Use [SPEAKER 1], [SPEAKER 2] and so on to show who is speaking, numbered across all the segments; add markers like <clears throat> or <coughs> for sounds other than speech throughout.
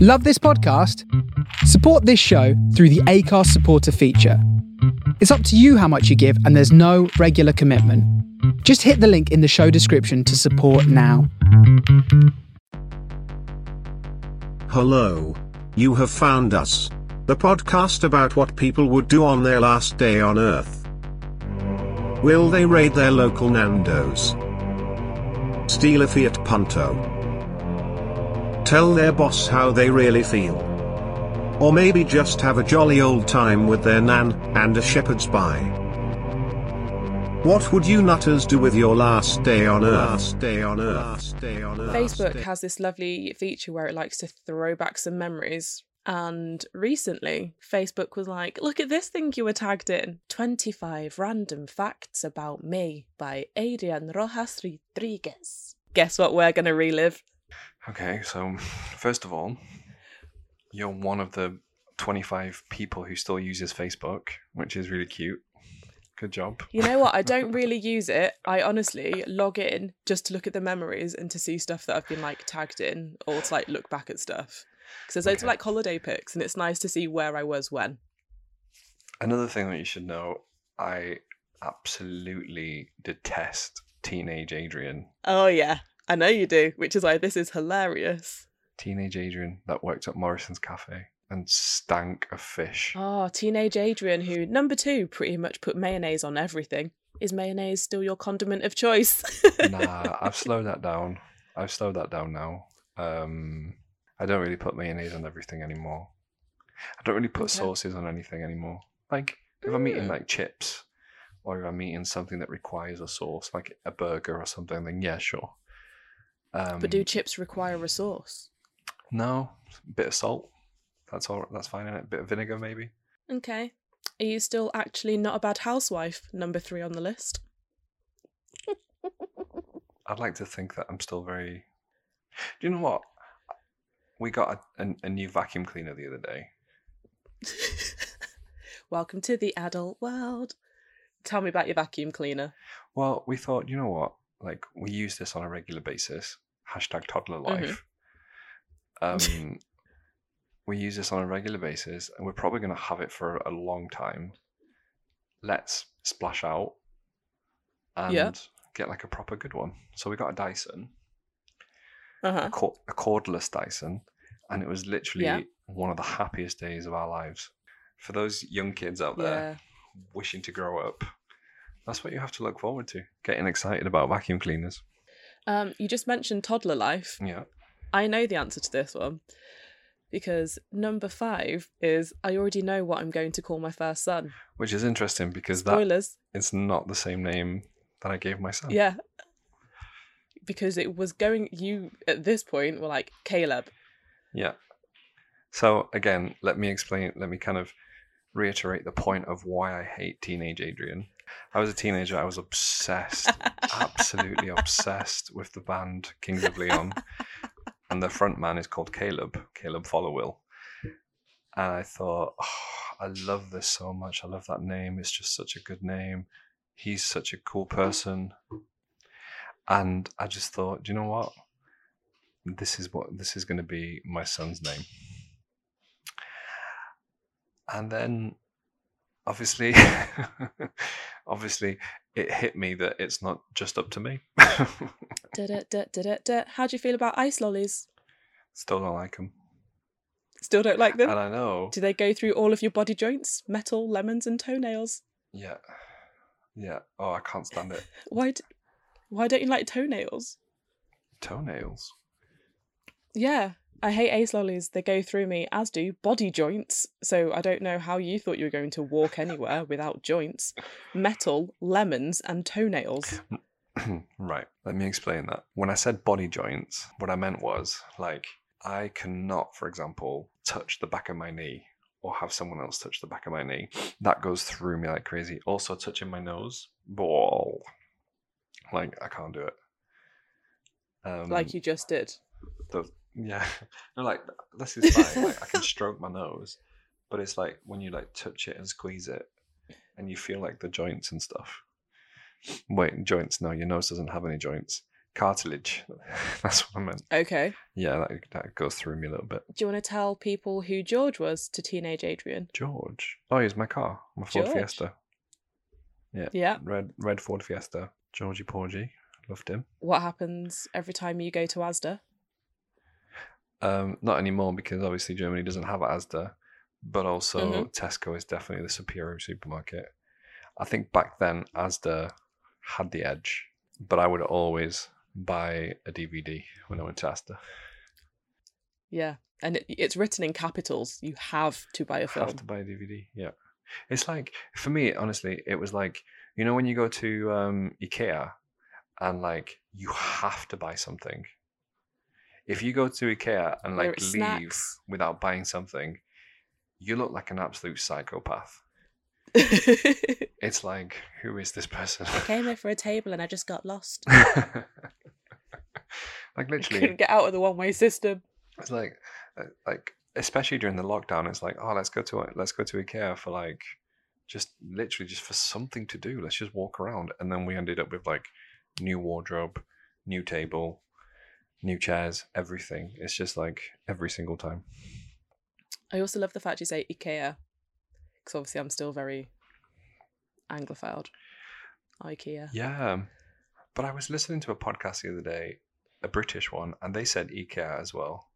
[SPEAKER 1] Love this podcast? Support this show through the ACARS supporter feature. It's up to you how much you give, and there's no regular commitment. Just hit the link in the show description to support now.
[SPEAKER 2] Hello. You have found us. The podcast about what people would do on their last day on Earth. Will they raid their local Nando's? Steal a Fiat Punto? Tell their boss how they really feel? Or maybe just have a jolly old time with their nan, and a shepherd's pie? What would you nutters do with your last day on Earth? Last day on Earth. Last day on Earth.
[SPEAKER 3] Facebook has this lovely feature where it likes to throw back some memories. And recently, Facebook was like, look at this thing you were tagged in 25 random facts about me by Adrian Rojas Rodriguez. Guess what we're going to relive?
[SPEAKER 4] Okay, so first of all, you're one of the 25 people who still uses Facebook, which is really cute. Good job.
[SPEAKER 3] You know what? I don't really use it. I honestly log in just to look at the memories and to see stuff that I've been like tagged in or to like look back at stuff. Because there's loads of
[SPEAKER 4] Okay.
[SPEAKER 3] like holiday pics and it's nice to see where I was when.
[SPEAKER 4] Another thing that you should know, I absolutely detest teenage Adrian.
[SPEAKER 3] Oh, yeah. I know you do, which is why this is hilarious.
[SPEAKER 4] Teenage Adrian that worked at Morrison's Cafe and stank of fish.
[SPEAKER 3] Oh, teenage Adrian, who number two pretty much put mayonnaise on everything. Is mayonnaise still your condiment of choice? <laughs>
[SPEAKER 4] nah, I've slowed that down. I've slowed that down now. Um, I don't really put mayonnaise on everything anymore. I don't really put
[SPEAKER 3] Okay.
[SPEAKER 4] sauces on anything anymore. Like if I'm eating
[SPEAKER 3] Mm.
[SPEAKER 4] like chips, or if I'm eating something that requires a sauce, like a burger or something, then yeah, sure. Um,
[SPEAKER 3] but do chips require a sauce?
[SPEAKER 4] no bit of salt. That's all. That's fine. is Bit of vinegar maybe.
[SPEAKER 3] Okay. Are you still actually not a bad housewife? Number three on the list.
[SPEAKER 4] I'd like to think that I'm still very. Do you know what? We got a, a, a new vacuum cleaner the other day.
[SPEAKER 3] Welcome to the adult world. Tell me about your vacuum cleaner.
[SPEAKER 4] Well, we thought, you know what? Like, we use this on a regular basis. Hashtag toddler
[SPEAKER 3] Mm-hmm.
[SPEAKER 4] life. Um, we use this on a regular basis, and we're probably going to have it for a long time. Let's splash out and
[SPEAKER 3] Yeah.
[SPEAKER 4] get like a proper good one. So we got a Dyson,
[SPEAKER 3] Uh
[SPEAKER 4] a,
[SPEAKER 3] huh.
[SPEAKER 4] cord- a cordless Dyson, and it was literally
[SPEAKER 3] Yeah.
[SPEAKER 4] one of the happiest days of our lives. For those young kids out there,
[SPEAKER 3] Yeah.
[SPEAKER 4] wishing to grow up. That's what you have to look forward to. Getting excited about vacuum cleaners.
[SPEAKER 3] Um, you just mentioned toddler life.
[SPEAKER 4] Yeah.
[SPEAKER 3] I know the answer to this one because number five is I already know what I'm going to call my first son.
[SPEAKER 4] Which is interesting because that Oh.
[SPEAKER 3] Spoilers.
[SPEAKER 4] it's not the same name that I gave my son.
[SPEAKER 3] Yeah. Because it was going, you at this point were like, Caleb.
[SPEAKER 4] Yeah. So again, let me explain let me kind of reiterate the point of why I hate teenage Adrian. I was a teenager, I was obsessed, absolutely obsessed with the band Kings of Leon. And the front man is called Caleb, Caleb Followill. And I thought, oh, I love this so much. I love that name. It's just such a good name. He's such a cool person. And I just thought, "Do you know what? This is what this is going to be my son's name. And then obviously <laughs> obviously it hit me that it's not just up to me. <laughs>
[SPEAKER 3] Da, da, da, da, da, da. How do you feel about ice lollies?
[SPEAKER 4] Still don't like him.
[SPEAKER 3] Still don't like
[SPEAKER 4] And
[SPEAKER 3] them?
[SPEAKER 4] I know.
[SPEAKER 3] Do they go through all of your body joints, metal, lemons, and toenails?
[SPEAKER 4] Yeah. Yeah. Oh, I can't stand it.
[SPEAKER 3] Why, d- why don't you like toenails?
[SPEAKER 4] Toenails.
[SPEAKER 3] Yeah, I hate ace lollies. They go through me, as do body joints. So I don't know how you thought you were going to walk
[SPEAKER 4] <laughs>
[SPEAKER 3] anywhere without joints, metal, lemons, and toenails.
[SPEAKER 4] <clears throat> right. Let me explain that. When I said body joints, what I meant was like I cannot, for example, touch the back of my knee or have someone else touch the back of my knee. That goes through me like crazy. Also touching my nose. Ball. Like I can't do it. Um,
[SPEAKER 3] Like you just did.
[SPEAKER 4] yeah. <laughs> No, like this is fine. like I can stroke my nose, but it's like when you like touch it and squeeze it, and you feel like the joints and stuff. Wait, joints? No, your nose doesn't have any joints. cartilage. <laughs> That's what I meant.
[SPEAKER 3] Okay.
[SPEAKER 4] Yeah, that, that goes through me a little bit.
[SPEAKER 3] Do you want to tell people who George was to teenage Adrian?
[SPEAKER 4] George. Oh, he's my car, my Ford
[SPEAKER 3] George.
[SPEAKER 4] Fiesta.
[SPEAKER 3] Yeah.
[SPEAKER 4] Red red Ford Fiesta. Georgie Porgy. Loved him.
[SPEAKER 3] What happens every time you go to Asda?
[SPEAKER 4] Um, not anymore because obviously Germany doesn't have ASDA, but also
[SPEAKER 3] Mhm.
[SPEAKER 4] Tesco is definitely the superior supermarket. I think back then ASDA had the edge, but I would always buy a DVD when I went to ASDA.
[SPEAKER 3] Yeah. And it, it's written in capitals. You have to buy a film.
[SPEAKER 4] Have to buy a DVD. Yeah, it's like for me, honestly, it was like you know when you go to um, IKEA and like you have to buy something. If you go to IKEA and
[SPEAKER 3] Whether
[SPEAKER 4] like leave
[SPEAKER 3] it's snacks.
[SPEAKER 4] without buying something, you look like an absolute psychopath.
[SPEAKER 3] <laughs> I
[SPEAKER 4] It's like who is this person?
[SPEAKER 3] came here for a table and <laughs> I just got lost.
[SPEAKER 4] <laughs> like literally,
[SPEAKER 3] Couldn't get out of the one way system.
[SPEAKER 4] it's like uh, like especially during the lockdown it's like oh let's go to let's go to ikea for like just literally just for something to do let's just walk around and then we ended up with like new wardrobe new table new chairs everything it's just like every single time
[SPEAKER 3] I also love the fact you say IKEA because obviously I'm still very anglophiled. IKEA.
[SPEAKER 4] yeah but i was listening to a podcast the other day a british one and they said ikea as well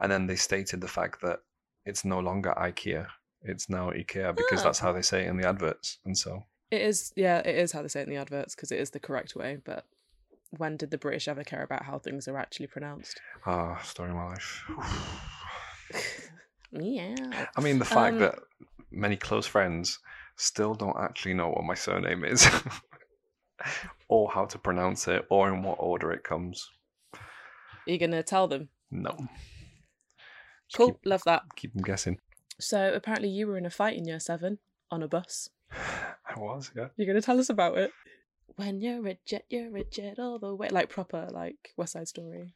[SPEAKER 4] and then they stated the fact that it's no longer ikea it's now ikea because
[SPEAKER 3] Ah.
[SPEAKER 4] that's how they say it in the adverts and so
[SPEAKER 3] It is, yeah, it is how they say it in the adverts because it is the correct way. But when did the British ever care about how things are actually pronounced?
[SPEAKER 4] Ah, story of my life. <sighs>
[SPEAKER 3] yeah.
[SPEAKER 4] I mean, the fact
[SPEAKER 3] Um,
[SPEAKER 4] that many close friends still don't actually know what my surname is, <laughs> or how to pronounce it, or in what order it comes.
[SPEAKER 3] Are you going to tell them?
[SPEAKER 4] No. Just
[SPEAKER 3] Cool.
[SPEAKER 4] Keep,
[SPEAKER 3] Love that.
[SPEAKER 4] keep them guessing. <sighs>
[SPEAKER 3] So apparently you were in a fight in year seven on a bus.
[SPEAKER 4] I was, yeah.
[SPEAKER 3] You're going to tell us about it? When you're a jet, you're a jet all the way. Like proper, like West Side
[SPEAKER 4] <laughs>
[SPEAKER 3] Story.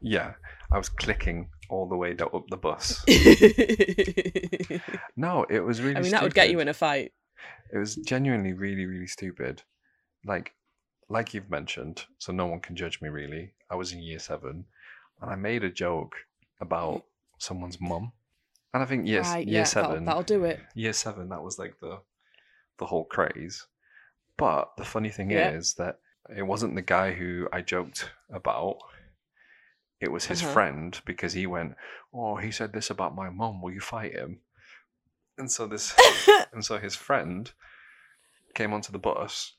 [SPEAKER 4] Yeah, I was clicking all the way do- up
[SPEAKER 3] <laughs>
[SPEAKER 4] the bus.
[SPEAKER 3] I
[SPEAKER 4] No, it was really.
[SPEAKER 3] mean, that would get you
[SPEAKER 4] stupid.
[SPEAKER 3] in a fight.
[SPEAKER 4] It was genuinely really, really stupid. Like, like you've mentioned, so no one can judge me really. I was in year seven, and I made a joke about someone's mum, and I think yes,
[SPEAKER 3] Right,
[SPEAKER 4] year
[SPEAKER 3] yeah, that'll-
[SPEAKER 4] 7
[SPEAKER 3] that'll do it.
[SPEAKER 4] Year seven, that was like the, the whole craze. But the funny thing
[SPEAKER 3] Yeah.
[SPEAKER 4] is that it wasn't the guy who I joked about. It was his
[SPEAKER 3] Uh-huh.
[SPEAKER 4] friend because he went, "Oh, he said this about my mum. Will you fight him?" And so this and so his friend came onto the bus.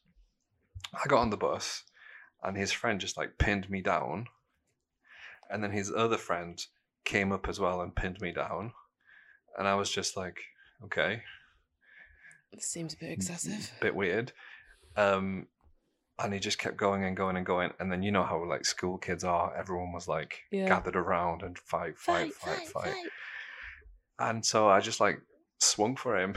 [SPEAKER 4] I got on the bus, and his friend just like pinned me down. And then his other friend came up as well and pinned me down. And I was just like, okay,
[SPEAKER 3] This <laughs> seems a
[SPEAKER 4] Mm,
[SPEAKER 3] bit excessive.
[SPEAKER 4] bit weird. Um, and he just kept going and going and going. And then you know how like school kids are. Everyone was like
[SPEAKER 3] Yeah.
[SPEAKER 4] gathered around and fight, fight, fight. fight. fight. And so I just like swung for him.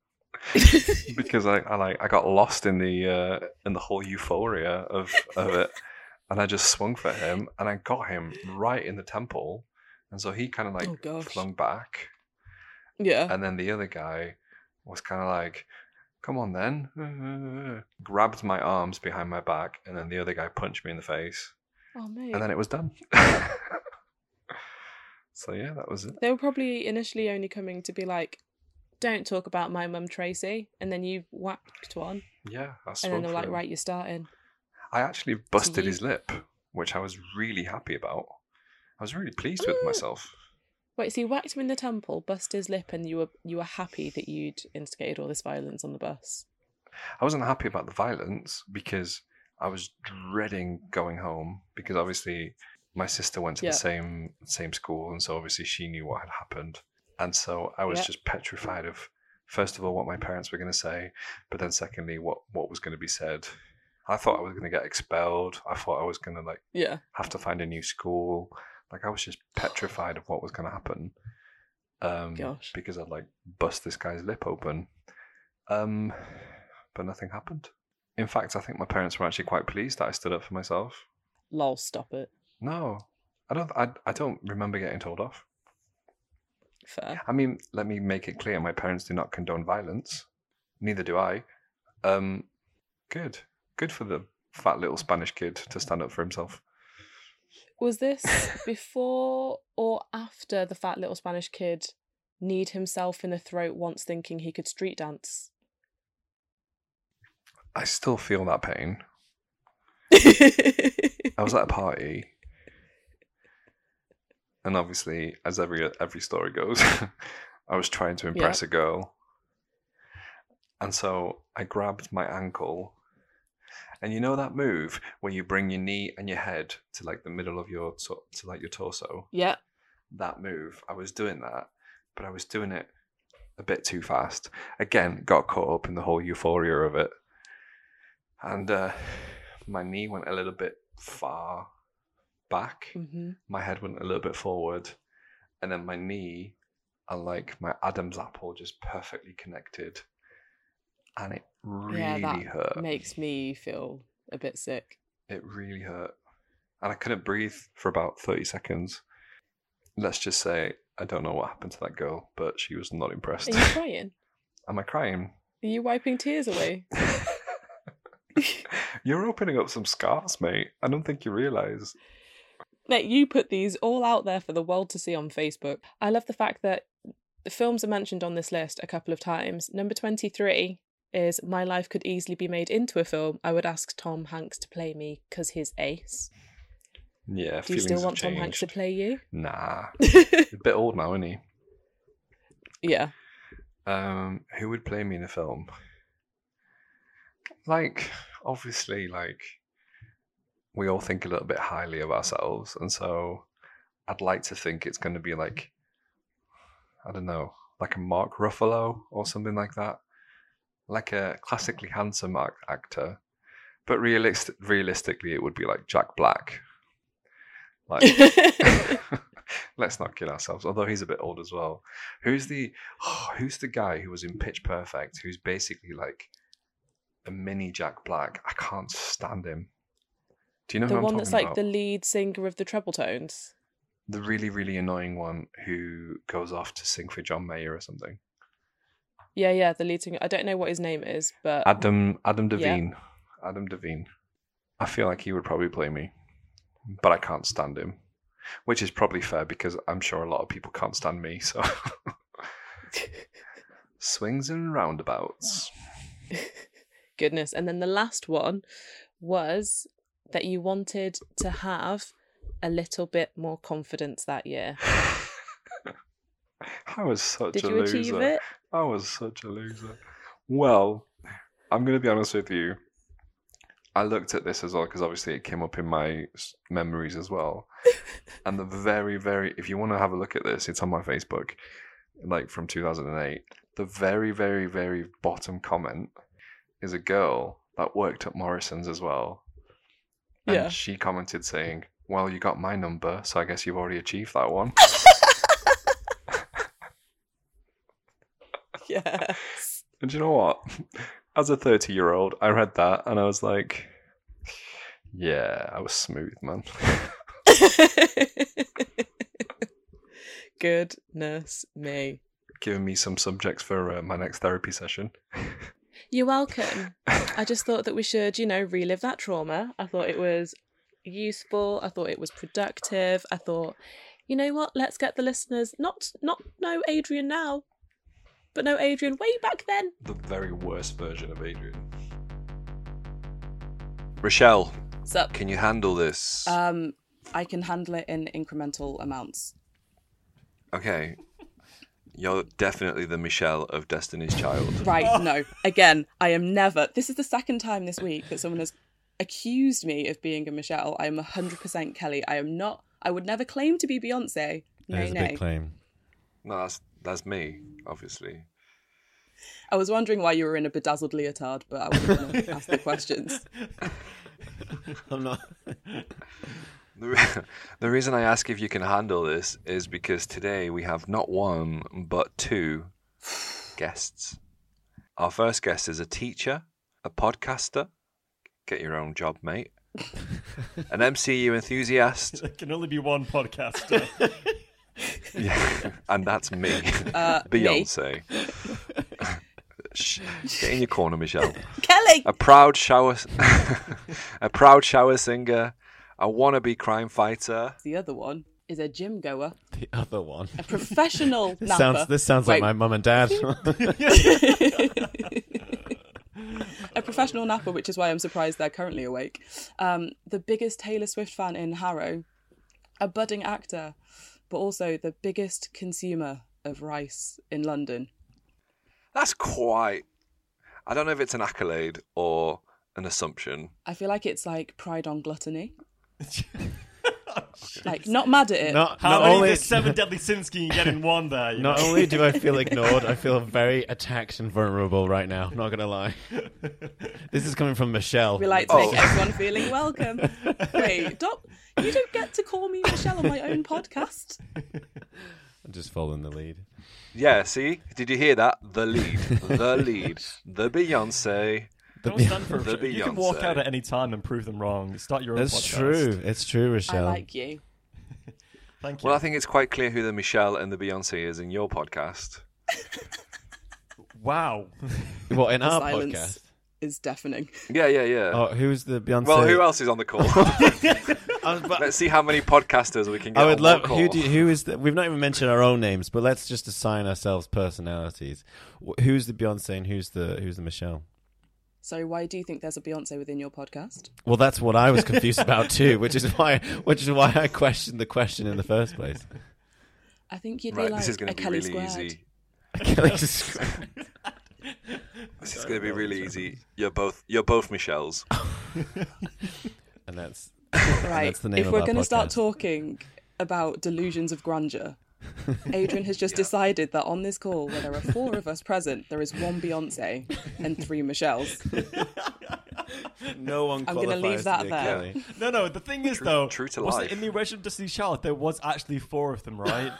[SPEAKER 4] <laughs> because I, I like I got lost in the uh, in the whole euphoria of of
[SPEAKER 3] <laughs>
[SPEAKER 4] it, and I just swung for him and I got him right in the temple, and so he kind of <laughs> like
[SPEAKER 3] Oh, gosh. Uh.
[SPEAKER 4] flung back,
[SPEAKER 3] yeah.
[SPEAKER 4] and then the other guy was kind of like, "Come on then," <laughs> grabbed my arms behind my back, and then the other guy punched me in the face,
[SPEAKER 3] Oh, mate.
[SPEAKER 4] and then it was done. <laughs> so yeah, that was it.
[SPEAKER 3] They were probably initially only coming to be like, don't talk about my mum, Tracy. And then you whacked one.
[SPEAKER 4] Yeah, I
[SPEAKER 3] And
[SPEAKER 4] swung
[SPEAKER 3] then they're
[SPEAKER 4] for
[SPEAKER 3] like,
[SPEAKER 4] him.
[SPEAKER 3] right, you're starting.
[SPEAKER 4] I actually busted
[SPEAKER 3] you-
[SPEAKER 4] his lip, which I was really happy about. I was really pleased with
[SPEAKER 3] Mm.
[SPEAKER 4] myself.
[SPEAKER 3] Wait, so you whacked him in the temple, bust his lip, and you were you were happy that you'd instigated all this violence on the bus.
[SPEAKER 4] I wasn't happy about the violence because I was dreading going home because obviously my sister went to
[SPEAKER 3] Yeah.
[SPEAKER 4] the same same school and so obviously she knew what had happened. And so I was
[SPEAKER 3] Yeah.
[SPEAKER 4] just petrified of first of all what my parents were going to say, but then secondly what what was going to be said. I thought I was going to get expelled. I thought I was going to like
[SPEAKER 3] Yeah.
[SPEAKER 4] have to find a new school. Like I was just petrified of what was going to happen. Um,
[SPEAKER 3] Gosh.
[SPEAKER 4] Because I'd like bust this guy's lip open. Um, but nothing happened. In fact, I think my parents were actually quite pleased that I stood up for myself.
[SPEAKER 3] Lol, stop it.
[SPEAKER 4] No, I don't. I, I don't remember getting told off.
[SPEAKER 3] Fair.
[SPEAKER 4] I mean, let me make it clear: my parents do not condone violence. Neither do I. Um, good, good for them. fat little Spanish kid to stand up for himself.
[SPEAKER 3] Was this before or after the fat little Spanish kid kneed himself in the throat once thinking he could street dance?
[SPEAKER 4] I still feel that pain. I was at a party, and obviously, as every every story goes, <laughs> I was trying to impress a girl, and so I grabbed my ankle, and you know that move where you bring your knee and your head to like the middle of your to, to like your torso.
[SPEAKER 3] yeah.
[SPEAKER 4] That move, I was doing that, but I was doing it a bit too fast. Again, got caught up in the whole euphoria of it, and uh, my knee went a little bit far back
[SPEAKER 3] hmm
[SPEAKER 4] my head went a little bit forward, and then my knee and like my Adam's apple just perfectly connected, and it really
[SPEAKER 3] Yeah, that
[SPEAKER 4] hurt.
[SPEAKER 3] Makes me feel a bit sick.
[SPEAKER 4] It really hurt, and I couldn't breathe for about thirty seconds. Let's just say I don't know what happened to that girl, but she was not
[SPEAKER 3] <laughs>
[SPEAKER 4] impressed.
[SPEAKER 3] Are you crying?
[SPEAKER 4] Am I crying?
[SPEAKER 3] Are you wiping tears away?
[SPEAKER 4] You're opening up some scars, mate. I don't think you realise.
[SPEAKER 3] Mate, you put these all out there for the world to see on Facebook. I love the fact that the films are mentioned on this list a couple of times. Number 23 is My Life Could Easily Be Made Into a Film. I would ask Tom Hanks to play me because he's ace.
[SPEAKER 4] Yeah,
[SPEAKER 3] Do you
[SPEAKER 4] feelings
[SPEAKER 3] still
[SPEAKER 4] have
[SPEAKER 3] want Tom Hanks to
[SPEAKER 4] changed.
[SPEAKER 3] play
[SPEAKER 4] <laughs>
[SPEAKER 3] you? <laughs>
[SPEAKER 4] Nah, he's a bit old now, isn't he? <laughs>
[SPEAKER 3] yeah.
[SPEAKER 4] Um, who would play me in a film? Like, obviously, like we all think a little bit highly of ourselves, and so I'd like to think it's going to be like, I don't know, like a Mark Ruffalo or something like that, like a classically handsome ac- actor. But realist- realistically, it would be like Jack Black. Like, <laughs> Let's not kid ourselves. Although he's a bit old as well. Who's the oh, who's the guy who was in Pitch Perfect? Who's basically like a mini Jack Black? I can't stand him. Do you know
[SPEAKER 3] <laughs> the
[SPEAKER 4] who I'm
[SPEAKER 3] one
[SPEAKER 4] talking
[SPEAKER 3] that's like
[SPEAKER 4] about?
[SPEAKER 3] the lead singer of the treble tones.
[SPEAKER 4] the really really annoying one who goes off to sing for John Mayer or something.
[SPEAKER 3] Yeah, yeah, the lead singer. I don't know what his name is, but
[SPEAKER 4] Adam Adam
[SPEAKER 3] Yeah.
[SPEAKER 4] Devine. Adam Devine. I feel like he would probably play me, but I can't stand him, which is probably fair because I'm sure a lot of people can't stand me.
[SPEAKER 3] <laughs>
[SPEAKER 4] So swings and roundabouts.
[SPEAKER 3] goodness. And then the last one was that you wanted to have a little bit more confidence that year.
[SPEAKER 4] I was such
[SPEAKER 3] Did
[SPEAKER 4] a
[SPEAKER 3] you
[SPEAKER 4] loser.
[SPEAKER 3] achieve it?
[SPEAKER 4] I was such a loser. Well, I'm going to be honest with you. I looked at this as well because obviously it came up in my s- memories as well. and the very, very, if you want to have a look at this, it's on my Facebook, like from 2008. The very, very, very bottom comment is a girl that worked at Morrison's as well. And
[SPEAKER 3] Yeah. <laughs>
[SPEAKER 4] she commented saying, Well, you got my number, so I guess you've already achieved that one.
[SPEAKER 3] Yes.
[SPEAKER 4] And do you know what? As a 30 year old, I read that and I was like, yeah, I was smooth, man. <laughs>
[SPEAKER 3] <laughs> Goodness me.
[SPEAKER 4] Giving me some subjects for uh, my next therapy session.
[SPEAKER 3] You're welcome. I just thought that we should, you know, relive that trauma. I thought it was useful. I thought it was productive. I thought, you know what? Let's get the listeners not not know Adrian now, but know Adrian way back then.
[SPEAKER 4] The very worst version of Adrian. Rochelle,
[SPEAKER 3] Sup?
[SPEAKER 4] can you handle this?
[SPEAKER 3] Um, I can handle it in incremental amounts.
[SPEAKER 4] okay. You're definitely the Michelle of Destiny's Child.
[SPEAKER 3] Right, no. Again, I am never. This is the second time this week that someone has accused me of being a Michelle. I am 100% Kelly. I am not. I would never claim to be Beyonce.
[SPEAKER 5] That
[SPEAKER 3] No,
[SPEAKER 5] is a big
[SPEAKER 3] no.
[SPEAKER 5] claim.
[SPEAKER 4] No, that's, that's me, obviously.
[SPEAKER 3] I was wondering why you were in a bedazzled leotard, but I wasn't going to
[SPEAKER 6] <laughs>
[SPEAKER 3] ask the questions.
[SPEAKER 5] I'm not.
[SPEAKER 4] The, re- <laughs> the reason I ask if you can handle this is because today we have not one, but two guests. Our first guest is a teacher, a podcaster, get your own job,
[SPEAKER 3] <laughs>
[SPEAKER 4] mate, an MCU enthusiast,
[SPEAKER 6] There can only be one podcaster.
[SPEAKER 4] yeah, <laughs> and that's me, <laughs>
[SPEAKER 3] Uh, me. <laughs>
[SPEAKER 4] Beyonce. Shh, get in your corner, Michelle.
[SPEAKER 3] Kelly!
[SPEAKER 4] A proud shower, <laughs> a proud shower singer, a wannabe crime fighter.
[SPEAKER 3] The other one is a gym goer,
[SPEAKER 6] <laughs> The other one.
[SPEAKER 3] a professional
[SPEAKER 6] This
[SPEAKER 3] napper.
[SPEAKER 6] sounds this sounds
[SPEAKER 3] Wait.
[SPEAKER 6] like my mum
[SPEAKER 3] <laughs>
[SPEAKER 6] and dad.
[SPEAKER 3] <laughs> a professional napper, which is why I'm surprised they're currently awake. Um, the biggest Taylor Swift fan in Harrow, a budding actor, but also the biggest consumer of rice in London.
[SPEAKER 4] That's quite. I don't know if it's an accolade or an assumption.
[SPEAKER 3] I feel like it's like pride on gluttony. like not mad at it.
[SPEAKER 6] not
[SPEAKER 7] How
[SPEAKER 6] not
[SPEAKER 7] many
[SPEAKER 6] only
[SPEAKER 7] there's seven deadly sins can you get in one there? You
[SPEAKER 6] not
[SPEAKER 7] know?
[SPEAKER 6] only <laughs> do I
[SPEAKER 7] <laughs>
[SPEAKER 6] feel ignored, I feel very attacked and vulnerable right now. Not gonna
[SPEAKER 7] <laughs>
[SPEAKER 6] lie. This is coming from Michelle.
[SPEAKER 3] We like to
[SPEAKER 4] Oh.
[SPEAKER 3] make everyone feeling welcome. Wait, don't you don't get to call me Michelle on my own podcast.
[SPEAKER 6] I'm just following the lead.
[SPEAKER 4] Yeah, see? Did you hear that? The lead. The
[SPEAKER 6] <laughs>
[SPEAKER 4] lead. The Beyonce.
[SPEAKER 7] Don't stand for
[SPEAKER 4] The
[SPEAKER 7] it. You can walk
[SPEAKER 4] Beyonce.
[SPEAKER 7] out at any time and prove them wrong. Start your own
[SPEAKER 6] That's
[SPEAKER 7] podcast.
[SPEAKER 6] true. It's true,
[SPEAKER 3] I
[SPEAKER 6] Rochelle.
[SPEAKER 3] like you.
[SPEAKER 7] Thank you.
[SPEAKER 4] Well, I think it's quite clear who the Michelle and the Beyonce is in your podcast.
[SPEAKER 6] <laughs>
[SPEAKER 7] wow.
[SPEAKER 6] What in
[SPEAKER 3] The
[SPEAKER 6] our
[SPEAKER 3] silence
[SPEAKER 6] podcast?
[SPEAKER 3] is deafening.
[SPEAKER 4] Yeah, yeah, yeah.
[SPEAKER 6] Oh, who's the Beyonce?
[SPEAKER 4] well, who else is on the call?
[SPEAKER 6] <laughs> I was <laughs> about-
[SPEAKER 4] Let's see how many podcasters we can get.
[SPEAKER 6] I would
[SPEAKER 4] on
[SPEAKER 6] love
[SPEAKER 4] one call.
[SPEAKER 6] who do who is the, we've not even mentioned our own names, but let's just assign ourselves personalities. Wh- Who's the Beyonce and who's the who's the Michelle?
[SPEAKER 3] So why do you think there's a Beyonce within your podcast?
[SPEAKER 6] Well, that's what I was confused about too, which is why which is why I questioned the question in the first place.
[SPEAKER 3] I think you'd
[SPEAKER 4] Right,
[SPEAKER 3] be like
[SPEAKER 4] this is going
[SPEAKER 3] a
[SPEAKER 4] to be
[SPEAKER 3] Kelly
[SPEAKER 4] really
[SPEAKER 3] squared.
[SPEAKER 4] easy.
[SPEAKER 6] Kelly just-
[SPEAKER 3] <laughs>
[SPEAKER 4] This is going to be really easy. You're both, you're both
[SPEAKER 6] <laughs>
[SPEAKER 4] Michelles.
[SPEAKER 6] and that's
[SPEAKER 3] Right.
[SPEAKER 6] That's the name
[SPEAKER 3] if
[SPEAKER 6] of
[SPEAKER 3] we're
[SPEAKER 6] our
[SPEAKER 3] gonna start
[SPEAKER 6] podcast.
[SPEAKER 3] talking about delusions of grandeur,
[SPEAKER 6] <laughs>
[SPEAKER 3] Adrian has just decided that on this call, where there are four of us present, there is one Beyonce and three Michelles.
[SPEAKER 6] no one.
[SPEAKER 3] I'm gonna leave qualifies to that be a there. Kelly.
[SPEAKER 7] No, no. The thing is,
[SPEAKER 6] Oh,
[SPEAKER 7] though,
[SPEAKER 4] true to
[SPEAKER 7] wasn't
[SPEAKER 4] life.
[SPEAKER 7] it in the original Destiny Child there was actually four of them, right?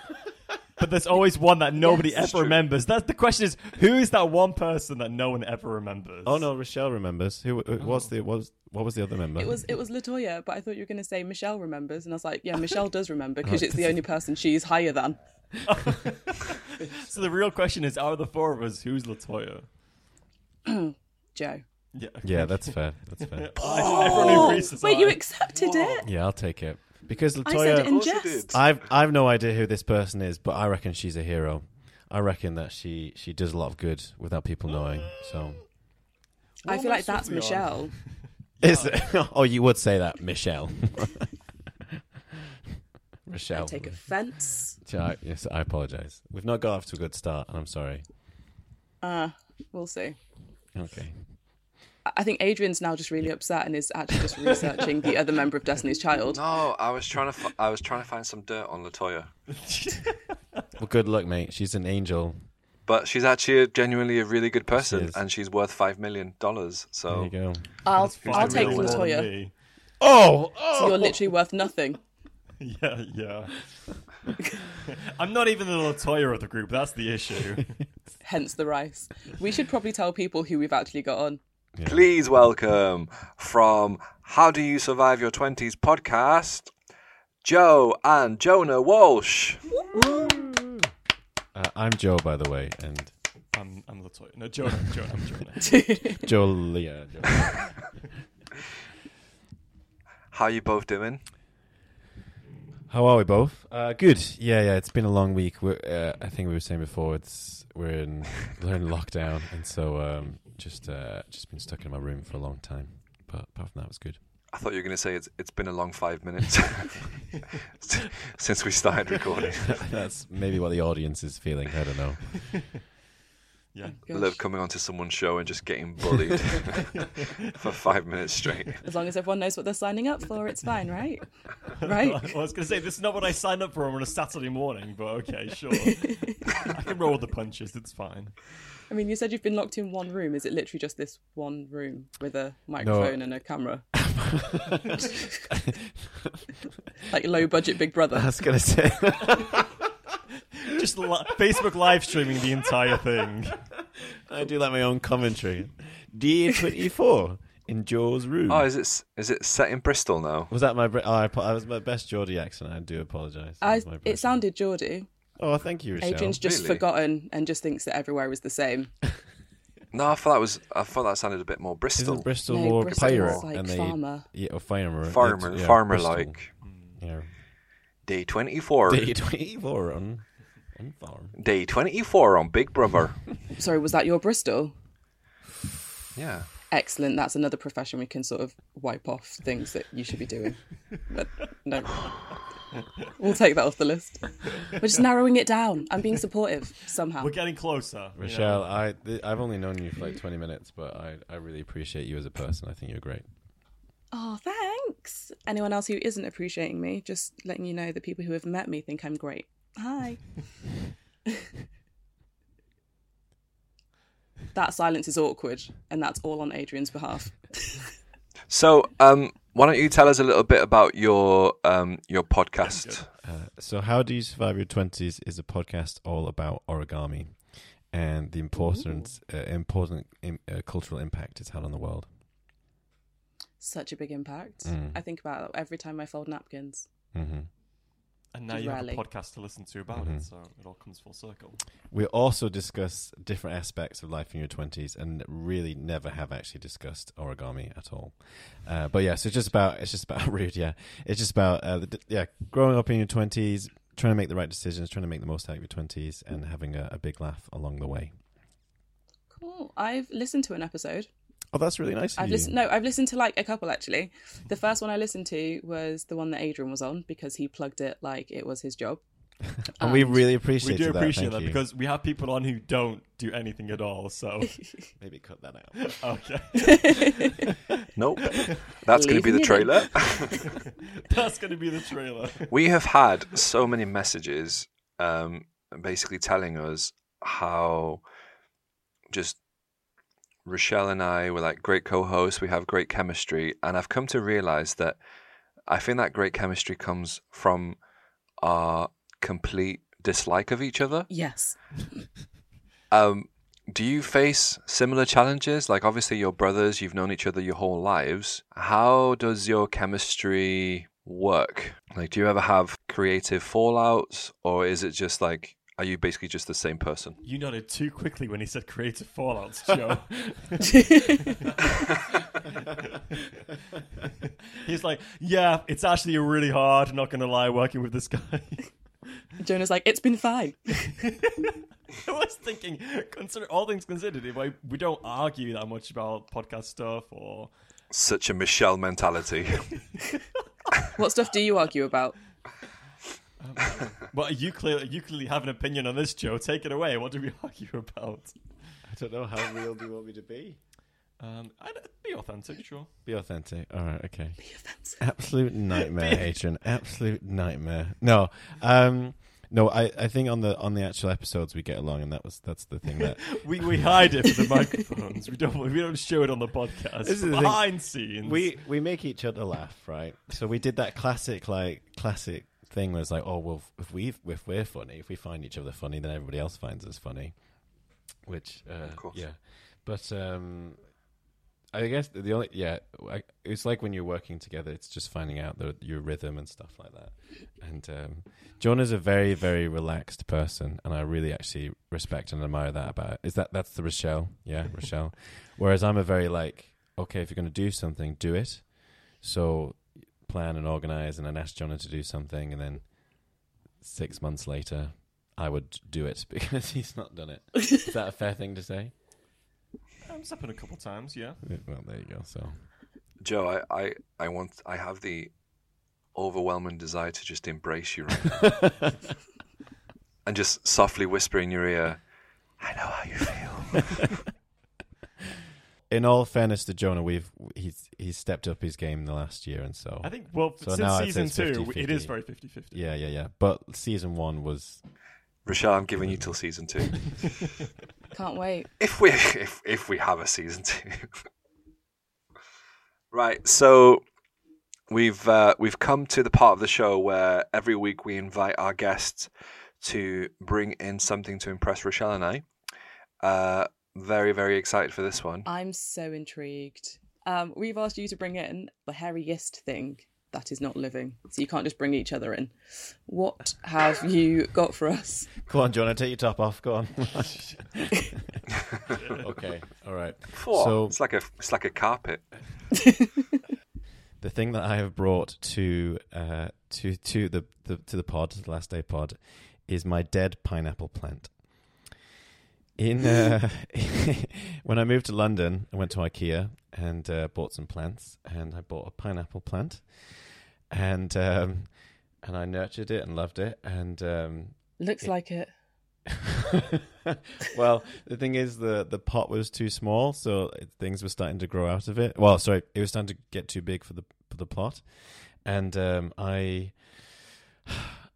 [SPEAKER 7] but there's always one that <laughs> nobody
[SPEAKER 3] Yes.
[SPEAKER 4] It's
[SPEAKER 7] ever
[SPEAKER 4] true.
[SPEAKER 7] remembers. That's the question: is who is that one person that no one ever remembers?
[SPEAKER 6] Oh no, Rochelle remembers. Who
[SPEAKER 7] Oh.
[SPEAKER 6] who- was the was what was the other member?
[SPEAKER 3] It was it was Latoya, but I thought you were going to say Michelle remembers, and I was like, yeah, Michelle does remember because it's the only person she's higher than.
[SPEAKER 7] So the real question is: out of the four of us, who's Latoya?
[SPEAKER 3] Joe. Oh,
[SPEAKER 7] Yeah.
[SPEAKER 6] Yeah, that's fair. That's
[SPEAKER 7] <laughs>
[SPEAKER 6] fair.
[SPEAKER 7] Everyone agrees. it's
[SPEAKER 3] Wait, you
[SPEAKER 7] I.
[SPEAKER 3] accepted it?
[SPEAKER 6] yeah, I'll take it because
[SPEAKER 3] I said it
[SPEAKER 6] Latoya.
[SPEAKER 3] in
[SPEAKER 4] course you
[SPEAKER 3] jest.
[SPEAKER 4] did.
[SPEAKER 6] I've I've no idea who this person is, but I reckon she's a hero. I reckon that she she does a lot of good without people knowing. So
[SPEAKER 3] I feel like
[SPEAKER 7] Almost
[SPEAKER 3] that's
[SPEAKER 7] with me on.
[SPEAKER 3] Michelle.
[SPEAKER 6] Is <laughs> oh, you would say that, <laughs> Michelle. Rochelle.
[SPEAKER 3] I take offence.
[SPEAKER 6] I, yes, I apologize. We've not got off to a good start, and I'm sorry.
[SPEAKER 3] We'll see.
[SPEAKER 6] Okay.
[SPEAKER 3] I- I think Adrian's now just really upset and is actually just researching the other member of Destiny's Child.
[SPEAKER 4] No, I was trying to, f- I was trying to find some dirt on Latoya,
[SPEAKER 6] Well, good luck, mate. She's an angel.
[SPEAKER 4] but she's actually a, genuinely a really good person,
[SPEAKER 6] is.
[SPEAKER 4] and she's worth five million dollars.
[SPEAKER 6] There
[SPEAKER 4] So
[SPEAKER 6] you go.
[SPEAKER 3] <laughs> I'll
[SPEAKER 4] the
[SPEAKER 3] I'll
[SPEAKER 4] real
[SPEAKER 3] take
[SPEAKER 4] one.
[SPEAKER 3] Latoya.
[SPEAKER 6] Oh,
[SPEAKER 3] So <laughs> you're literally worth nothing.
[SPEAKER 7] <laughs> Yeah, yeah. <laughs> I'm not even the Latoya of the group. That's the
[SPEAKER 6] <laughs>
[SPEAKER 7] issue.
[SPEAKER 3] Hence the rice. We should probably tell people who we've actually got on.
[SPEAKER 4] please welcome from How Do You Survive Your Twenties podcast, Joe and Jonah Walsh.
[SPEAKER 6] uh, I'm Joe, by the way, and
[SPEAKER 7] I'm, I'm Latoya. No, Jonah. Jonah. I'm Jonah.
[SPEAKER 6] Jolia.
[SPEAKER 4] How you both doing?
[SPEAKER 6] How are we both? Uh, good. Yeah, yeah. It's been a long week. We're, uh, I think we were saying before it's we're in <laughs> we're in lockdown, and so um, just uh, just been stuck in my room for a long time. But apart from that, it was good.
[SPEAKER 4] I thought you were going to say it's it's been a long five minutes <laughs> since we started
[SPEAKER 6] <laughs>
[SPEAKER 4] recording.
[SPEAKER 6] That's maybe what the audience is feeling. I don't know.
[SPEAKER 7] Yeah.
[SPEAKER 4] I love coming onto someone's show and just getting bullied <laughs> for five minutes straight.
[SPEAKER 6] Mm.
[SPEAKER 3] As long as everyone knows what they're signing up for, it's fine, right?
[SPEAKER 7] <laughs>
[SPEAKER 3] Right?
[SPEAKER 7] I was going to say, this is not what I signed up for on a Saturday morning, but okay, sure. I can roll with the punches. It's fine.
[SPEAKER 3] I mean, you said you've been locked in one room. Is it literally just this one room with a microphone and a camera? <laughs> like low budget Big Brother.
[SPEAKER 6] was gonna say.
[SPEAKER 7] Just li- Facebook live streaming the entire thing.
[SPEAKER 6] I do like my own commentary. D twenty four in Joe's room.
[SPEAKER 4] Oh, is it s- is it set in Bristol now?
[SPEAKER 6] was that my? Br- oh, I, apo- that was my best Geordie accent. I do apologise. That
[SPEAKER 3] I,
[SPEAKER 6] was my British-
[SPEAKER 3] it sounded Geordie.
[SPEAKER 6] Oh, thank you, Rochelle.
[SPEAKER 3] Adrian's just
[SPEAKER 4] Really?
[SPEAKER 3] forgotten and just thinks that everywhere is the same.
[SPEAKER 4] No, I thought that was. I thought that sounded a bit more Bristol.
[SPEAKER 6] Isn't Bristol
[SPEAKER 3] No,
[SPEAKER 6] more
[SPEAKER 3] Bristol's
[SPEAKER 6] pirate?
[SPEAKER 3] like
[SPEAKER 6] and they,
[SPEAKER 3] farmer.
[SPEAKER 6] Yeah, or farmer. It's-
[SPEAKER 4] farmer,
[SPEAKER 6] yeah,
[SPEAKER 4] farmer
[SPEAKER 6] Bristol.
[SPEAKER 4] like
[SPEAKER 6] Yeah.
[SPEAKER 4] day twenty four.
[SPEAKER 6] Day 24 on, on farm.
[SPEAKER 4] Day twenty four on Big
[SPEAKER 6] <laughs>
[SPEAKER 4] Brother.
[SPEAKER 3] Sorry, was that your Bristol?
[SPEAKER 4] yeah.
[SPEAKER 3] Excellent. That's another profession we can sort of wipe off things that you should be doing. But no, we'll take that off the list. We're just narrowing it down. I'm being supportive somehow.
[SPEAKER 7] We're getting closer. you know.
[SPEAKER 6] Michelle, I th- I've only known you for like 20 minutes, but I, I really appreciate you as a person. I think you're great.
[SPEAKER 3] Oh, thanks. Anyone else who isn't appreciating me, just letting you know the people who have met me think I'm great. Hi. <laughs> that silence is awkward, and that's all on Adrian's behalf.
[SPEAKER 4] So, um, why don't you tell us a little bit about your um, your podcast?
[SPEAKER 6] Uh, so, How Do You Survive Your 20s is a podcast all about origami and the important uh, important Im- uh, cultural impact it's had on the world.
[SPEAKER 3] Such a big impact.
[SPEAKER 6] Mm.
[SPEAKER 3] I think about that every time I fold napkins.
[SPEAKER 6] hmm
[SPEAKER 7] And now you have a
[SPEAKER 3] Rally.
[SPEAKER 7] podcast to listen to about
[SPEAKER 6] Mhm.
[SPEAKER 7] it, so it all comes full circle.
[SPEAKER 6] We also discuss different aspects of life in your 20s and really never have actually discussed origami at all. Uh, but yeah, so it's just about, it's just about <laughs> rude, yeah. It's just about, uh, the, d- yeah, growing up in your 20s, trying to make the right decisions, trying to make the most out of your 20s and having a, a big laugh along the way.
[SPEAKER 3] Cool. I've listened to an episode.
[SPEAKER 6] Oh, that's really nice of
[SPEAKER 3] I've
[SPEAKER 6] you.
[SPEAKER 3] listened. No, I've listened to like a couple actually. The first one I listened to was the one that Adrian was on because he plugged it like it was his job.
[SPEAKER 6] and we
[SPEAKER 3] and-
[SPEAKER 6] really
[SPEAKER 7] We
[SPEAKER 6] appreciate
[SPEAKER 7] do
[SPEAKER 6] that.
[SPEAKER 7] appreciate
[SPEAKER 6] thank
[SPEAKER 7] that
[SPEAKER 6] you.
[SPEAKER 7] because we have people on who don't do anything at all. So
[SPEAKER 6] maybe cut that out. <laughs>
[SPEAKER 7] okay, <laughs>
[SPEAKER 4] Nope, that's going to be
[SPEAKER 3] Leaving it
[SPEAKER 4] the
[SPEAKER 3] in.
[SPEAKER 4] trailer. <laughs>
[SPEAKER 7] that's going to be the trailer.
[SPEAKER 4] we have had so many messages, um, basically telling us how just Rochelle and I were like great co-hosts. We have great chemistry, and I've come to realize that I think that great chemistry comes from our complete dislike of each other.
[SPEAKER 3] Yes.
[SPEAKER 4] Um, do you face similar challenges? Like, obviously, your brothers, you've known each other your whole lives. How does your chemistry work? Like, do you ever have creative fallouts, or is it just like, are you basically just the same person?
[SPEAKER 7] You nodded too quickly when he said creative <laughs> fallouts, Joe. He's like, yeah, it's actually really hard. Not going to lie, working with this guy. <laughs>
[SPEAKER 3] Jonah's like, it's been fine.
[SPEAKER 7] I was thinking, consider all things considered, if I, we don't argue that much about podcast stuff or
[SPEAKER 4] Such a Michelle mentality. <laughs>
[SPEAKER 3] What stuff do you argue about?
[SPEAKER 7] Well, you clearly you clearly have an opinion on this, Joe. Take it away. What do we <laughs> argue about?
[SPEAKER 6] I don't know how real do you want me to be?
[SPEAKER 7] Um, I don't- be authentic, sure.
[SPEAKER 6] Be authentic. All right, okay. Be offensive. Absolute nightmare, Adrian. Absolute nightmare. No, um, no. I, I think on the on the actual episodes we get along, and that was that's the thing <laughs> that
[SPEAKER 7] We we hide it for the microphones. We don't we don't show it on the podcast.
[SPEAKER 6] This is the thing.
[SPEAKER 7] Behind scenes,
[SPEAKER 6] we we make each other laugh, right? So we did that classic like classic thing where it's like, oh well, if we if we're funny, if we find each other funny, then everybody else finds us funny. Which uh,
[SPEAKER 4] Of course.
[SPEAKER 6] yeah, but um, I guess the, the only yeah, I, it's like when you're working together, it's just finding out the, your rhythm and stuff like that. And um, John is a very very relaxed person, and I really actually respect and admire that about it. Is that that's the Rochelle, yeah,
[SPEAKER 4] <laughs>
[SPEAKER 6] Rochelle. Whereas I'm a very like, okay, if you're going to do something, do it. So plan and organize, and then ask Jonah to do something, and then six months later, I would do it <laughs> because he's not done it. Is that a fair thing to say?
[SPEAKER 7] I'm stepping a couple times. Yeah,
[SPEAKER 6] Well, there you go. So
[SPEAKER 4] Joe, I, I, I want, I have the overwhelming desire to just embrace you right now and just softly whisper in your ear, I know how you feel.
[SPEAKER 6] in all fairness to Jonah, we've he's he's stepped up his game in the last year, and so
[SPEAKER 7] I think. Well,
[SPEAKER 6] So now I'd
[SPEAKER 7] since
[SPEAKER 6] say
[SPEAKER 7] season
[SPEAKER 6] it's
[SPEAKER 7] two,
[SPEAKER 6] 50-50.
[SPEAKER 7] it is very 50-50.
[SPEAKER 6] yeah, yeah, yeah. But season one was
[SPEAKER 4] Rochelle, I'm giving you till season two.
[SPEAKER 3] Can't wait.
[SPEAKER 4] if we <laughs> if if we have a season two. <laughs> right, so we've uh, we've come to the part of the show where every week we invite our guests to bring in something to impress Rochelle and I. Uh, very very excited for this one.
[SPEAKER 3] I'm so intrigued. Um, we've asked you to bring in the hairiest thing that is not living. So you can't just bring each other in. What have you got for us?
[SPEAKER 6] <laughs> go on, Jonah, take your top off. Go on. okay, all right.
[SPEAKER 4] Four.
[SPEAKER 6] So-
[SPEAKER 4] it's like a it's like a carpet.
[SPEAKER 6] The thing that I have brought to uh, to to the, the to the pod, the last day pod, is my dead pineapple plant. In uh, <laughs> when I moved to London, I went to IKEA and uh, bought some plants, and I bought a pineapple plant, and um, and I nurtured it and loved it, and um,
[SPEAKER 3] Looks like it.
[SPEAKER 6] <laughs> well, the thing is, the the pot was too small, so it- things were starting to grow out of it. Well, sorry, it was starting to get too big for the for the plot, and um, I <sighs>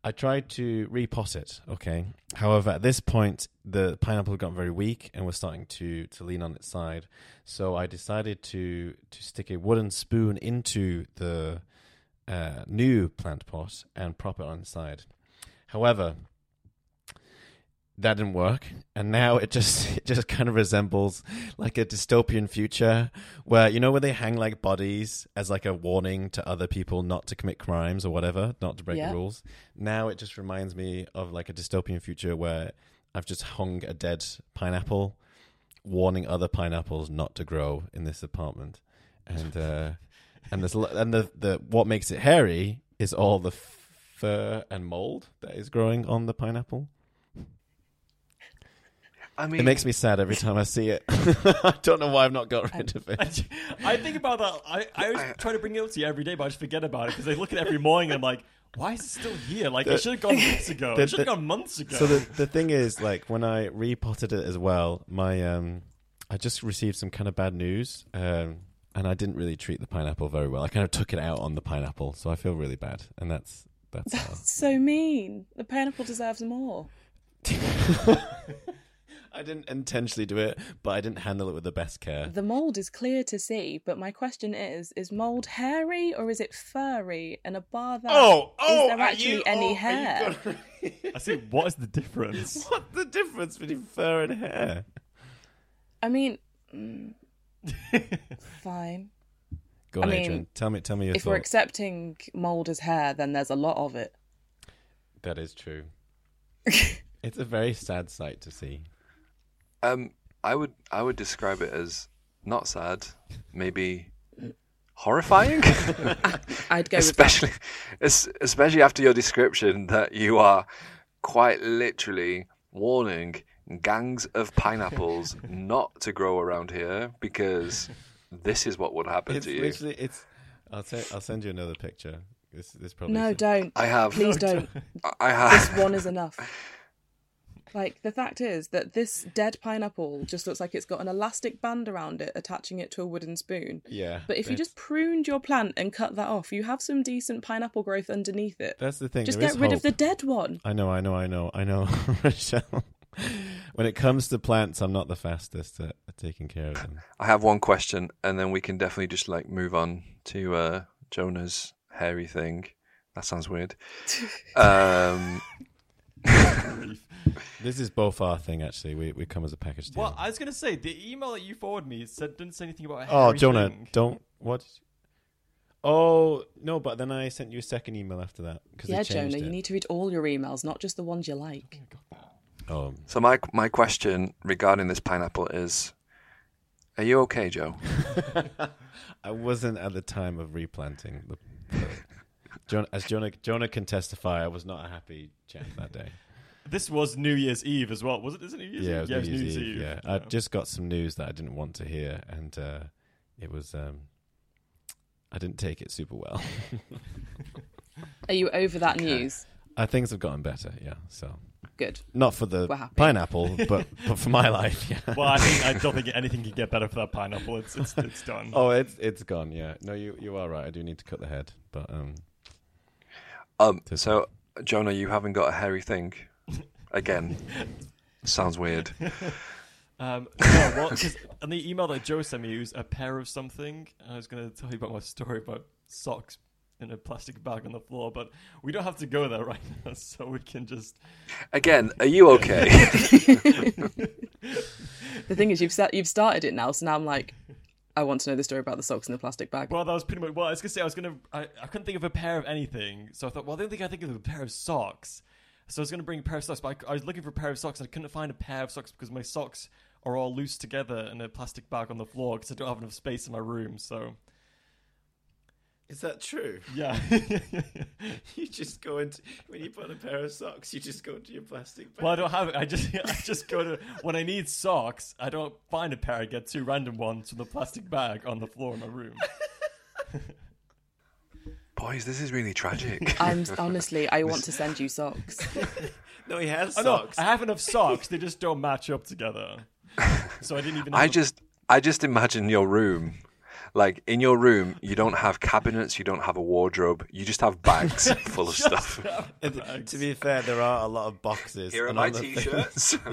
[SPEAKER 6] I tried to repot it. Okay, however, at this point, the pineapple had gotten very weak and was starting to to lean on its side. So I decided to to stick a wooden spoon into the uh, new plant pot and prop it on its side. However, that didn't work and now it just <laughs> it just kind of resembles like a dystopian future where you know where they hang like bodies as like a warning to other people not to commit crimes or whatever not to break
[SPEAKER 3] Yeah.
[SPEAKER 6] the rules now it just reminds me of like a dystopian future where i've just hung a dead pineapple warning other pineapples not to grow in this apartment and uh and there's lo- and the the what makes it hairy is all the fur and mold that is growing on the pineapple
[SPEAKER 4] I mean,
[SPEAKER 6] it makes me sad every time I see it. <laughs> I don't know why I've not got rid of
[SPEAKER 7] <laughs>
[SPEAKER 6] it.
[SPEAKER 7] <laughs> I think about that. I, I always try to bring it up to you every day, but I just forget about it because I look at it every morning and I'm like, why is it still here? Like, it should have gone weeks ago.
[SPEAKER 6] the-
[SPEAKER 7] It should have
[SPEAKER 6] the-
[SPEAKER 7] gone months ago.
[SPEAKER 6] So the the thing is, like when I repotted it as well, my um, I just received some kind of bad news, um, and I didn't really treat the pineapple very well. I kind of took it out on the pineapple, so I feel really bad, and that's <laughs> that's. how.
[SPEAKER 3] So mean. The pineapple deserves more.
[SPEAKER 6] I didn't intentionally do it, but I didn't handle it with the best care.
[SPEAKER 3] The mold is clear to see, but my question is: Is mold hairy or is it furry? And above that, is there
[SPEAKER 6] are
[SPEAKER 3] actually
[SPEAKER 6] you-
[SPEAKER 3] any
[SPEAKER 6] oh, are you
[SPEAKER 3] hair?
[SPEAKER 6] gonna-
[SPEAKER 7] I see, what is
[SPEAKER 6] <laughs>
[SPEAKER 7] the difference?
[SPEAKER 6] What's the difference between fur and hair?
[SPEAKER 3] I
[SPEAKER 6] <laughs>
[SPEAKER 3] mean, mm, fine.
[SPEAKER 6] Go on,
[SPEAKER 3] I mean,
[SPEAKER 6] Adrian. Tell me, tell me your
[SPEAKER 3] If we're
[SPEAKER 6] thoughts.
[SPEAKER 3] accepting mold as hair, then there's a lot of it.
[SPEAKER 6] That
[SPEAKER 3] <laughs>
[SPEAKER 6] is true. it's a very sad sight to see.
[SPEAKER 4] um, I would I would describe it as not sad, maybe horrifying. <laughs>
[SPEAKER 3] I'd go with that.
[SPEAKER 4] especially <laughs> es- especially after your description that you are quite literally warning gangs of pineapples not to grow around here because this is what would happen
[SPEAKER 6] It's
[SPEAKER 4] to you.
[SPEAKER 6] literally it's. I'll say, I'll send you another picture. This this probably
[SPEAKER 3] No,
[SPEAKER 6] is-
[SPEAKER 3] don't.
[SPEAKER 4] I have
[SPEAKER 3] Please don't.
[SPEAKER 4] I
[SPEAKER 3] this
[SPEAKER 4] have
[SPEAKER 3] one is enough. Like the fact is that this dead pineapple just looks like it's got an elastic band around it attaching it to a wooden spoon.
[SPEAKER 6] Yeah,
[SPEAKER 3] But if you
[SPEAKER 6] that's-
[SPEAKER 3] just pruned your plant and cut that off, you have some decent pineapple growth underneath it.
[SPEAKER 6] That's the thing.
[SPEAKER 3] just
[SPEAKER 6] there
[SPEAKER 3] get
[SPEAKER 6] is
[SPEAKER 3] rid of
[SPEAKER 6] hope.
[SPEAKER 3] the dead one.
[SPEAKER 6] I know, I know, I know, I know, <laughs> Rochelle. When it comes to plants, I'm not the fastest at, at taking care of them.
[SPEAKER 4] <laughs> I have one question and then we can definitely just like move on to uh Jonah's hairy thing. That sounds weird. Um
[SPEAKER 6] This is both our thing, actually. We we come as a package deal.
[SPEAKER 7] Well, I was gonna say the email that you forwarded me said didn't say anything about. A
[SPEAKER 6] oh,
[SPEAKER 7] hairy
[SPEAKER 6] Jonah,
[SPEAKER 7] thing.
[SPEAKER 6] don't what? Oh no! But then I sent you a second email after that because
[SPEAKER 3] Yeah,
[SPEAKER 6] they changed
[SPEAKER 3] Jonah,
[SPEAKER 6] it.
[SPEAKER 3] you need to read all your emails, not just the ones you like.
[SPEAKER 6] Oh,
[SPEAKER 4] so my my question regarding this pineapple is are you okay, Joe?
[SPEAKER 6] <laughs> I wasn't at the time of replanting. The, the, Jonah, as Jonah, Jonah can testify, I was not a happy chap that day.
[SPEAKER 7] This was New Year's Eve as well, was it? Is it New Year's Eve?
[SPEAKER 6] Yeah, it was New Year's Eve. Yeah, I
[SPEAKER 7] Yeah.
[SPEAKER 6] just got some news that I didn't want to hear, and uh, it was um, I didn't take it super well. <laughs>
[SPEAKER 3] Are you over that news?
[SPEAKER 6] uh, things have gotten better. Yeah, so
[SPEAKER 3] Good.
[SPEAKER 6] not for the
[SPEAKER 3] We're happy.
[SPEAKER 6] pineapple, but but
[SPEAKER 3] <laughs>
[SPEAKER 6] for my life. Yeah.
[SPEAKER 7] Well, I think I don't think anything can get better for that pineapple. It's it's, it's done.
[SPEAKER 6] <laughs> Oh, it's it's gone. Yeah. No, you you are right. I do need to cut the head, but um,
[SPEAKER 4] Um, so, Jonah, you haven't got a hairy thing. Again, sounds weird.
[SPEAKER 7] Um, no, well, 'cause on the email that Joe sent me, it was a pair of something. I was gonna tell you about my story about socks in a plastic bag on the floor, but we don't have to go there right <laughs> now, so we can just.
[SPEAKER 4] Again, are you okay? <laughs>
[SPEAKER 3] The thing is, you've set, you've started it now, so now I'm like, I want to know the story about the socks in the plastic bag.
[SPEAKER 7] Well, that was pretty much. Well, I was gonna say I was gonna. I, I couldn't think of a pair of anything, so I thought. Well, I don't think I think of a pair of socks. So I was gonna bring a pair of socks, but I, I was looking for a pair of socks and I couldn't find a pair of socks because my socks are all loose together in a plastic bag on the floor because I don't have enough space in my room. So
[SPEAKER 8] Is that true?
[SPEAKER 7] yeah, <laughs>
[SPEAKER 8] <laughs> You just go into when you put on a pair of socks, you just go into your plastic bag.
[SPEAKER 7] well I don't have it. I just <laughs> I just go to when I need socks. I don't find a pair. I get two random ones from the plastic bag on the floor in my <laughs> room.
[SPEAKER 4] Boys, this is really tragic.
[SPEAKER 3] <laughs> I'm honestly, I want to send you socks.
[SPEAKER 8] No, he has
[SPEAKER 7] I know
[SPEAKER 8] socks.
[SPEAKER 7] Oh, I have enough socks. They just don't match up <laughs> together. So I didn't even.
[SPEAKER 4] I
[SPEAKER 7] have-
[SPEAKER 4] just I just imagine your room. Like in your room, you don't have cabinets, you don't have a wardrobe, you just have bags full of stuff.
[SPEAKER 8] And to be fair, there are a lot of boxes.
[SPEAKER 4] Here are
[SPEAKER 8] and
[SPEAKER 4] my
[SPEAKER 8] on the thing-
[SPEAKER 4] t-shirts. <laughs>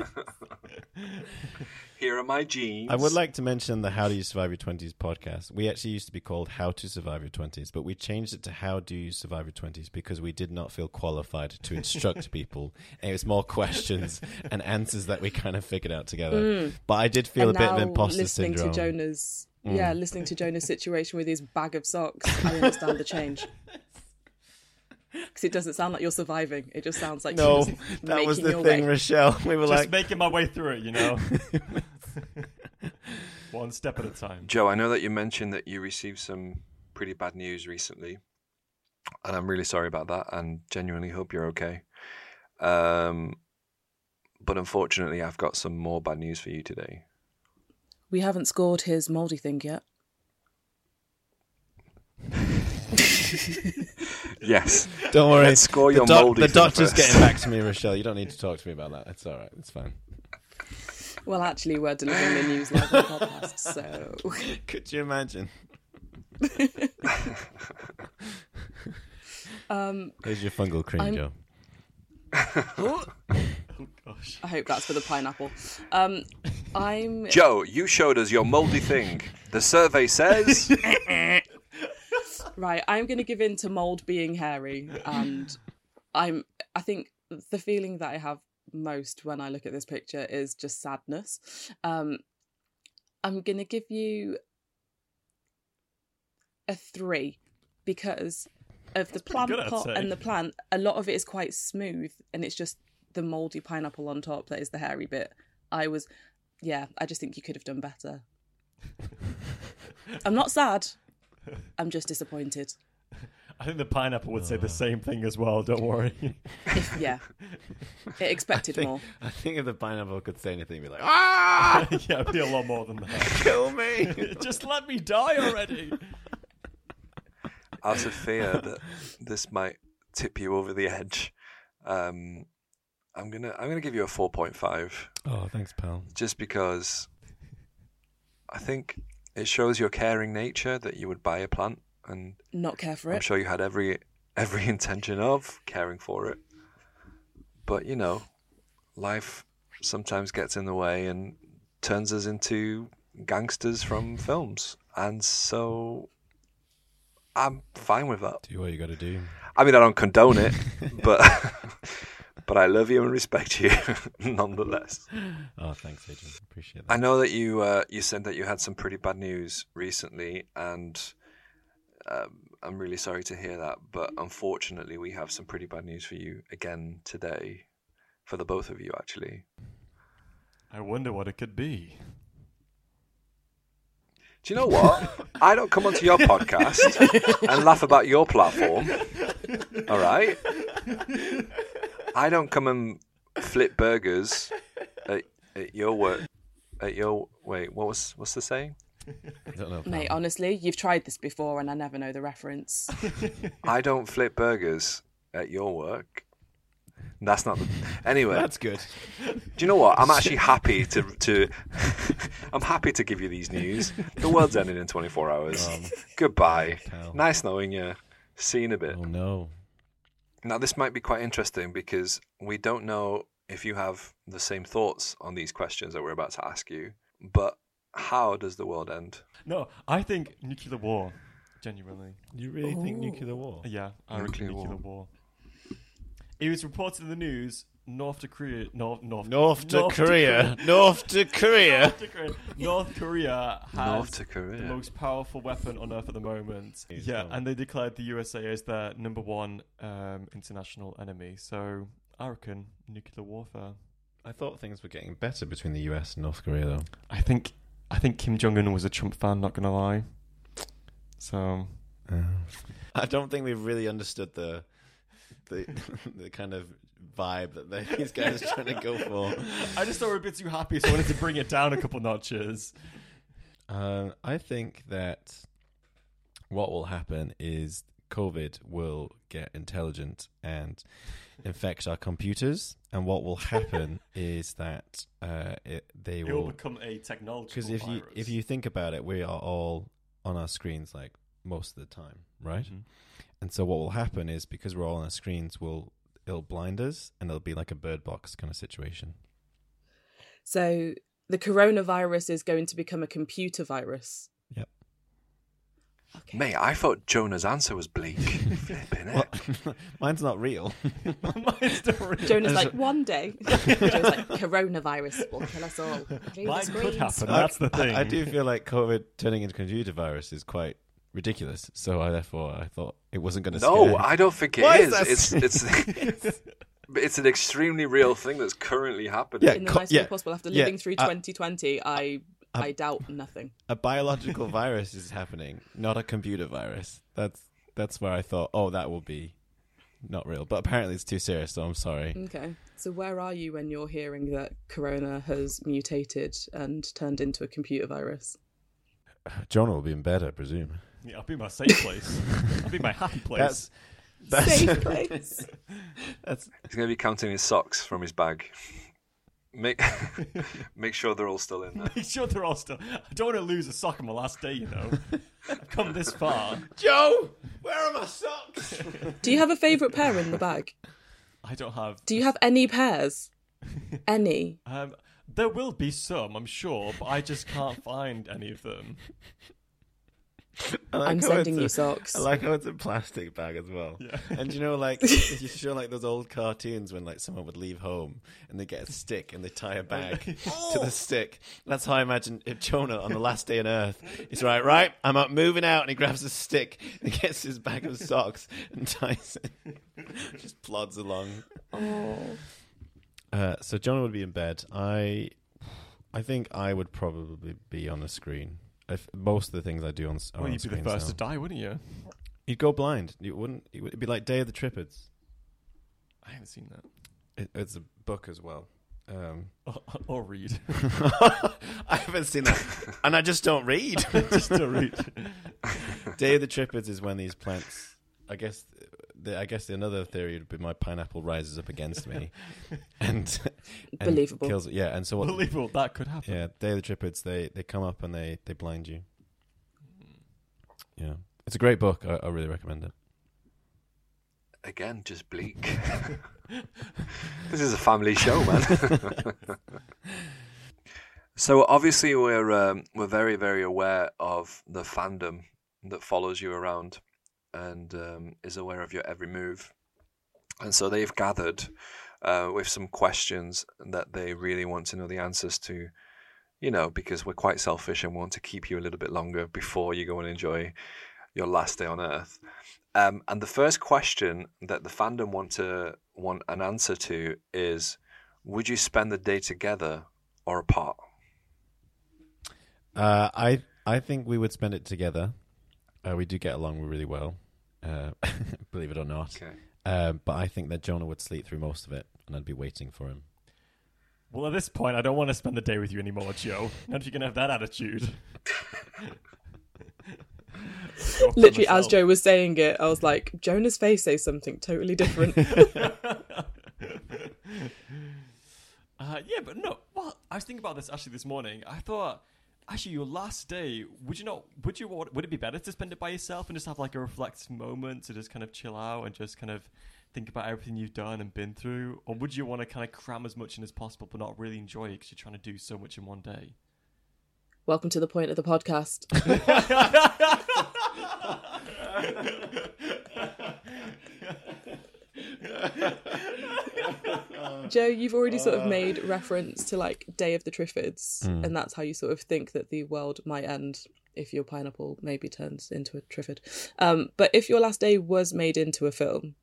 [SPEAKER 4] Here are my jeans.
[SPEAKER 6] <laughs> I would like to mention the How Do You Survive Your Twenties podcast. We actually used to be called How to Survive Your Twenties, but we changed it to How Do You Survive Your Twenties because we did not feel qualified to
[SPEAKER 8] <laughs>
[SPEAKER 6] instruct people. And it was more questions and answers that we kind of figured out together.
[SPEAKER 8] Mm.
[SPEAKER 6] But I did feel
[SPEAKER 3] and
[SPEAKER 6] a bit of
[SPEAKER 3] now
[SPEAKER 6] imposter
[SPEAKER 3] listening
[SPEAKER 6] syndrome. Mm.
[SPEAKER 3] to Jonah's, yeah, listening to Jonah's situation with his bag of socks, I understand the
[SPEAKER 6] <laughs>
[SPEAKER 3] change. Because it doesn't sound like you're surviving. It just sounds like you're
[SPEAKER 6] no,
[SPEAKER 8] <laughs>
[SPEAKER 3] just
[SPEAKER 6] <laughs> that
[SPEAKER 3] making
[SPEAKER 6] was the
[SPEAKER 3] your
[SPEAKER 6] thing,
[SPEAKER 3] way.
[SPEAKER 6] Rochelle. We were
[SPEAKER 7] just
[SPEAKER 6] like,
[SPEAKER 7] making my way through it, you <laughs> know. One step at a time.
[SPEAKER 4] Joe, I know that you mentioned that you received some pretty bad news recently, and I'm really sorry about that, and genuinely hope you're okay. Um, but unfortunately, I've got some more bad news for you today.
[SPEAKER 3] We haven't scored his mouldy thing yet.
[SPEAKER 4] Yes,
[SPEAKER 6] don't worry.
[SPEAKER 4] Let's <laughs> score
[SPEAKER 6] the
[SPEAKER 4] your
[SPEAKER 6] doc-
[SPEAKER 4] mouldy
[SPEAKER 6] The
[SPEAKER 4] thing
[SPEAKER 6] doctor's
[SPEAKER 4] first.
[SPEAKER 6] getting back to me, Rochelle. You don't need to talk to me about that. It's all right. It's fine.
[SPEAKER 3] Well, actually, we're delivering the news live on the podcast,
[SPEAKER 6] <laughs>
[SPEAKER 3] so <laughs>
[SPEAKER 6] Could you imagine?
[SPEAKER 3] um,
[SPEAKER 6] Here's your fungal cream,
[SPEAKER 3] I'm-
[SPEAKER 6] Joe. Oh,
[SPEAKER 3] I hope that's for the pineapple. Um, I'm
[SPEAKER 4] Joe, you showed us your moldy thing. The survey
[SPEAKER 6] <laughs>
[SPEAKER 4] says
[SPEAKER 3] Right, I'm going to give in to mold being hairy, and I'm. I think the feeling that I have most when I look at this picture is just sadness. Um, I'm going to give you a three because of the plant
[SPEAKER 7] good, I'd
[SPEAKER 3] pot
[SPEAKER 7] say.
[SPEAKER 3] and the plant. A lot of it is quite smooth, and it's just the moldy pineapple on top that is the hairy bit. I was, yeah, I just think you could have done
[SPEAKER 7] <laughs>
[SPEAKER 3] better. I'm not sad. I'm just disappointed.
[SPEAKER 7] I think the pineapple would say the same thing as well. Don't worry. <laughs>
[SPEAKER 3] yeah. It expected
[SPEAKER 6] think-
[SPEAKER 3] more.
[SPEAKER 6] I think if the pineapple could say anything, it'd be like, ah, <laughs>
[SPEAKER 7] yeah, it'd be a lot more than that.
[SPEAKER 6] kill <laughs> me.
[SPEAKER 7] Just let me die already.
[SPEAKER 4] out of fear that this might tip you over the edge. Um, I'm gonna I'm gonna give you a four point five.
[SPEAKER 6] Oh, thanks, pal.
[SPEAKER 4] just because I think it shows your caring nature that you would buy a plant, and
[SPEAKER 3] Not care for
[SPEAKER 4] I'm
[SPEAKER 3] it.
[SPEAKER 4] sure you had every <laughs> every intention of caring for it. But you know, life sometimes gets in the way and turns us into gangsters from films, and so I'm fine with that.
[SPEAKER 6] Do what you got to do.
[SPEAKER 4] I mean, I don't condone it, but <laughs> but I love you and respect you <laughs> nonetheless.
[SPEAKER 6] Oh, thanks, Adrian. Appreciate
[SPEAKER 4] I
[SPEAKER 6] that.
[SPEAKER 4] know that you uh, you said that you had some pretty bad news recently, and um, I'm really sorry to hear that. But unfortunately, we have some pretty bad news for you again today, for the both of you actually.
[SPEAKER 7] <laughs> I wonder what it could be.
[SPEAKER 4] Do you know what? I don't come onto your podcast and laugh about your platform. All right. I don't come and flip burgers at, at your work. At your wait, what was what's the saying?
[SPEAKER 6] I don't know.
[SPEAKER 3] Mate, honestly, you've tried this before and I never know the reference. <laughs>
[SPEAKER 4] I don't flip burgers at your work. That's not. The... Anyway,
[SPEAKER 6] That's good.
[SPEAKER 4] do you know what? I'm actually happy to to. <laughs> I'm happy to give you these news. The world's ending in 24 hours. Goodbye.
[SPEAKER 6] pal.
[SPEAKER 4] Nice knowing you. See you in a bit.
[SPEAKER 6] Oh no.
[SPEAKER 4] Now, this might be quite interesting because we don't know if you have the same thoughts on these questions that we're about to ask you. But how does the world end?
[SPEAKER 7] No, I think nuclear war. Genuinely.
[SPEAKER 6] You really think
[SPEAKER 3] Oh.
[SPEAKER 6] nuclear war?
[SPEAKER 7] Yeah, I reckon
[SPEAKER 4] Nuclear war.
[SPEAKER 7] nuclear war. It was reported in the news. North to Korea, North, <laughs> North,
[SPEAKER 6] North to
[SPEAKER 7] North
[SPEAKER 6] Korea. <laughs> North to Korea.
[SPEAKER 7] North to Korea. North Korea has
[SPEAKER 4] North to
[SPEAKER 7] the
[SPEAKER 4] Korea.
[SPEAKER 7] most powerful weapon on Earth at the moment. Yeah, and they declared the USA as their number one um, international enemy. So I reckon nuclear warfare.
[SPEAKER 6] I thought things were getting better between the US and North Korea, though.
[SPEAKER 7] I think I think Kim Jong Un was a Trump fan. Not gonna lie. So
[SPEAKER 6] I don't think we've really <laughs> understood the
[SPEAKER 8] <laughs>
[SPEAKER 6] the the kind of vibe that they- these guys are trying to go for.
[SPEAKER 7] <laughs> I just thought we were a bit too happy, so I wanted to bring it down a couple notches.
[SPEAKER 6] Um, I think that what will happen is COVID will get intelligent and infect our computers, and what will
[SPEAKER 3] <laughs>
[SPEAKER 6] happen is that uh, it, they
[SPEAKER 7] It
[SPEAKER 6] <laughs>
[SPEAKER 7] will
[SPEAKER 6] will
[SPEAKER 7] become a technology.
[SPEAKER 6] because if you
[SPEAKER 7] <laughs>
[SPEAKER 6] if you think about it, we are all on our screens like most of the time, right?
[SPEAKER 7] Mm-hmm.
[SPEAKER 6] And so what will happen is because we're all on our screens, we'll it'll blind us, and it'll be like a bird box kind of situation.
[SPEAKER 3] So the coronavirus is going to become a computer virus.
[SPEAKER 6] Yep.
[SPEAKER 3] Okay.
[SPEAKER 4] Mate, I thought Jonah's answer was bleak. Flipping it.
[SPEAKER 6] <laughs> Well, <laughs> mine's not real.
[SPEAKER 7] <laughs> Mine's different.
[SPEAKER 3] Jonah's like, one day. Jonah's like, coronavirus will kill us all. Through the
[SPEAKER 7] Mine could
[SPEAKER 3] screens."
[SPEAKER 7] happen. That's the
[SPEAKER 6] I-
[SPEAKER 7] thing.
[SPEAKER 6] I, do feel like COVID turning into computer virus is quite ridiculous. So I therefore I thought it wasn't going to.
[SPEAKER 4] No, I don't think it
[SPEAKER 6] Why is
[SPEAKER 4] is.
[SPEAKER 6] that
[SPEAKER 4] It's
[SPEAKER 6] <laughs>
[SPEAKER 4] it's <laughs> it's an extremely real thing that's currently happening.
[SPEAKER 6] Yeah.
[SPEAKER 3] In the
[SPEAKER 6] Co-
[SPEAKER 3] nice way
[SPEAKER 6] yeah,
[SPEAKER 3] possible. After
[SPEAKER 6] yeah, Uh,
[SPEAKER 3] living through
[SPEAKER 6] I-
[SPEAKER 3] 2020, I, I, doubt nothing.
[SPEAKER 6] a biological virus is happening, not a computer virus. That's that's where I thought, oh, that will be not real. But apparently it's too serious. So I'm sorry.
[SPEAKER 3] Okay. So where are you when you're hearing that corona has mutated and turned into a computer virus?
[SPEAKER 6] Jonah will be in bed, I presume.
[SPEAKER 7] Yeah, I'll be my safe place. I'll be my <laughs> happy place.
[SPEAKER 6] That's that's
[SPEAKER 3] Safe place.
[SPEAKER 6] that's
[SPEAKER 4] He's going to be counting his socks from his bag.
[SPEAKER 6] <laughs>
[SPEAKER 4] Make <laughs> make sure they're all still in there.
[SPEAKER 7] Make sure they're all still. I don't want to lose a sock on my last day. You know, I've come this far.
[SPEAKER 8] Joe, where are my socks?
[SPEAKER 3] Do you have a favourite pair in the bag?
[SPEAKER 7] I don't have.
[SPEAKER 3] Do you have any pairs? Any?
[SPEAKER 7] Um, there will be some, I'm sure, but I just can't find any of them.
[SPEAKER 6] I like
[SPEAKER 3] I'm
[SPEAKER 6] how
[SPEAKER 3] sending
[SPEAKER 6] it's
[SPEAKER 3] you
[SPEAKER 6] a-
[SPEAKER 3] socks.
[SPEAKER 6] I like how it's a plastic bag as well.
[SPEAKER 7] Yeah.
[SPEAKER 6] And you
[SPEAKER 3] <laughs>
[SPEAKER 6] know, like you show like those old cartoons when like someone would leave home and they get a stick and they tie a bag
[SPEAKER 7] <laughs>
[SPEAKER 6] to the stick. That's how I imagine if Jonah on the last day on Earth is right, right, I'm up moving out and he grabs a stick and he gets his bag of socks and ties it. <laughs> Just plods along. Uh, so Jonah would be in bed. I I think I would probably be on a screen. If most of the things I do on, s- are
[SPEAKER 7] Well,
[SPEAKER 6] on
[SPEAKER 7] you'd be the
[SPEAKER 6] screens
[SPEAKER 7] first
[SPEAKER 6] now.
[SPEAKER 7] to die, wouldn't you?
[SPEAKER 6] You'd go blind. You wouldn't. It would be like Day of the Trippids.
[SPEAKER 7] I haven't seen that. <laughs>
[SPEAKER 6] It, it's a book as well. Um, <laughs>
[SPEAKER 7] Or, or <laughs> read.
[SPEAKER 6] I haven't seen that, and I just don't read. <laughs>
[SPEAKER 7] just to read.
[SPEAKER 6] Day of the Trippids is when these plants. I guess. The, I guess the, another theory would be my pineapple rises up against me, and, and
[SPEAKER 3] Believable.
[SPEAKER 6] Kills it. Yeah, and so what?
[SPEAKER 7] Unbelievable. That could happen.
[SPEAKER 6] Yeah, Day of the Trippids. They they come up and they they blind you. Yeah, it's a great book. I, I really recommend it.
[SPEAKER 4] Again, just bleak. <laughs> this is a family show, man. <laughs> so obviously we're um, we're very very aware of the fandom that follows you around and um, is aware of your every move, and so they've gathered uh, with some questions that they really want to know the answers to. You know, because we're quite selfish and want to keep you a little bit longer before you go and enjoy your last day on Earth. Um, and the first question that the fandom want to want an answer to is: Would you spend the day together or apart?
[SPEAKER 6] Uh, I I think we would spend it together. Uh, we do get along really well, uh, <laughs> believe it or not.
[SPEAKER 4] Okay.
[SPEAKER 6] Uh, but I think that Jonah would sleep through most of it, and I'd be waiting for him.
[SPEAKER 7] Well, at this point, I don't want to spend the day with you anymore, Joe. Not if you're going to have that attitude. <laughs> Go off by
[SPEAKER 3] Literally, as
[SPEAKER 7] myself.
[SPEAKER 3] Joe was saying it, I was like, Jonah's face says something totally different.
[SPEAKER 7] Uh, yeah, but no. Well, I was thinking about this actually this morning. I thought, actually, your last day, would you not? Would you? want- Would it be better to spend it by yourself and just have like a reflect moment to just kind of chill out and just kind of think about everything you've done and been through, or would you want to kind of cram as much in as possible but not really enjoy it because you're trying to do so much in one day?
[SPEAKER 3] Welcome to the point of the podcast. Joe, you've already sort of made reference to like Day of the Triffids, and that's how you sort of think that the world might end if your pineapple maybe turns into a Triffid. Um, but if your last day was made into a film,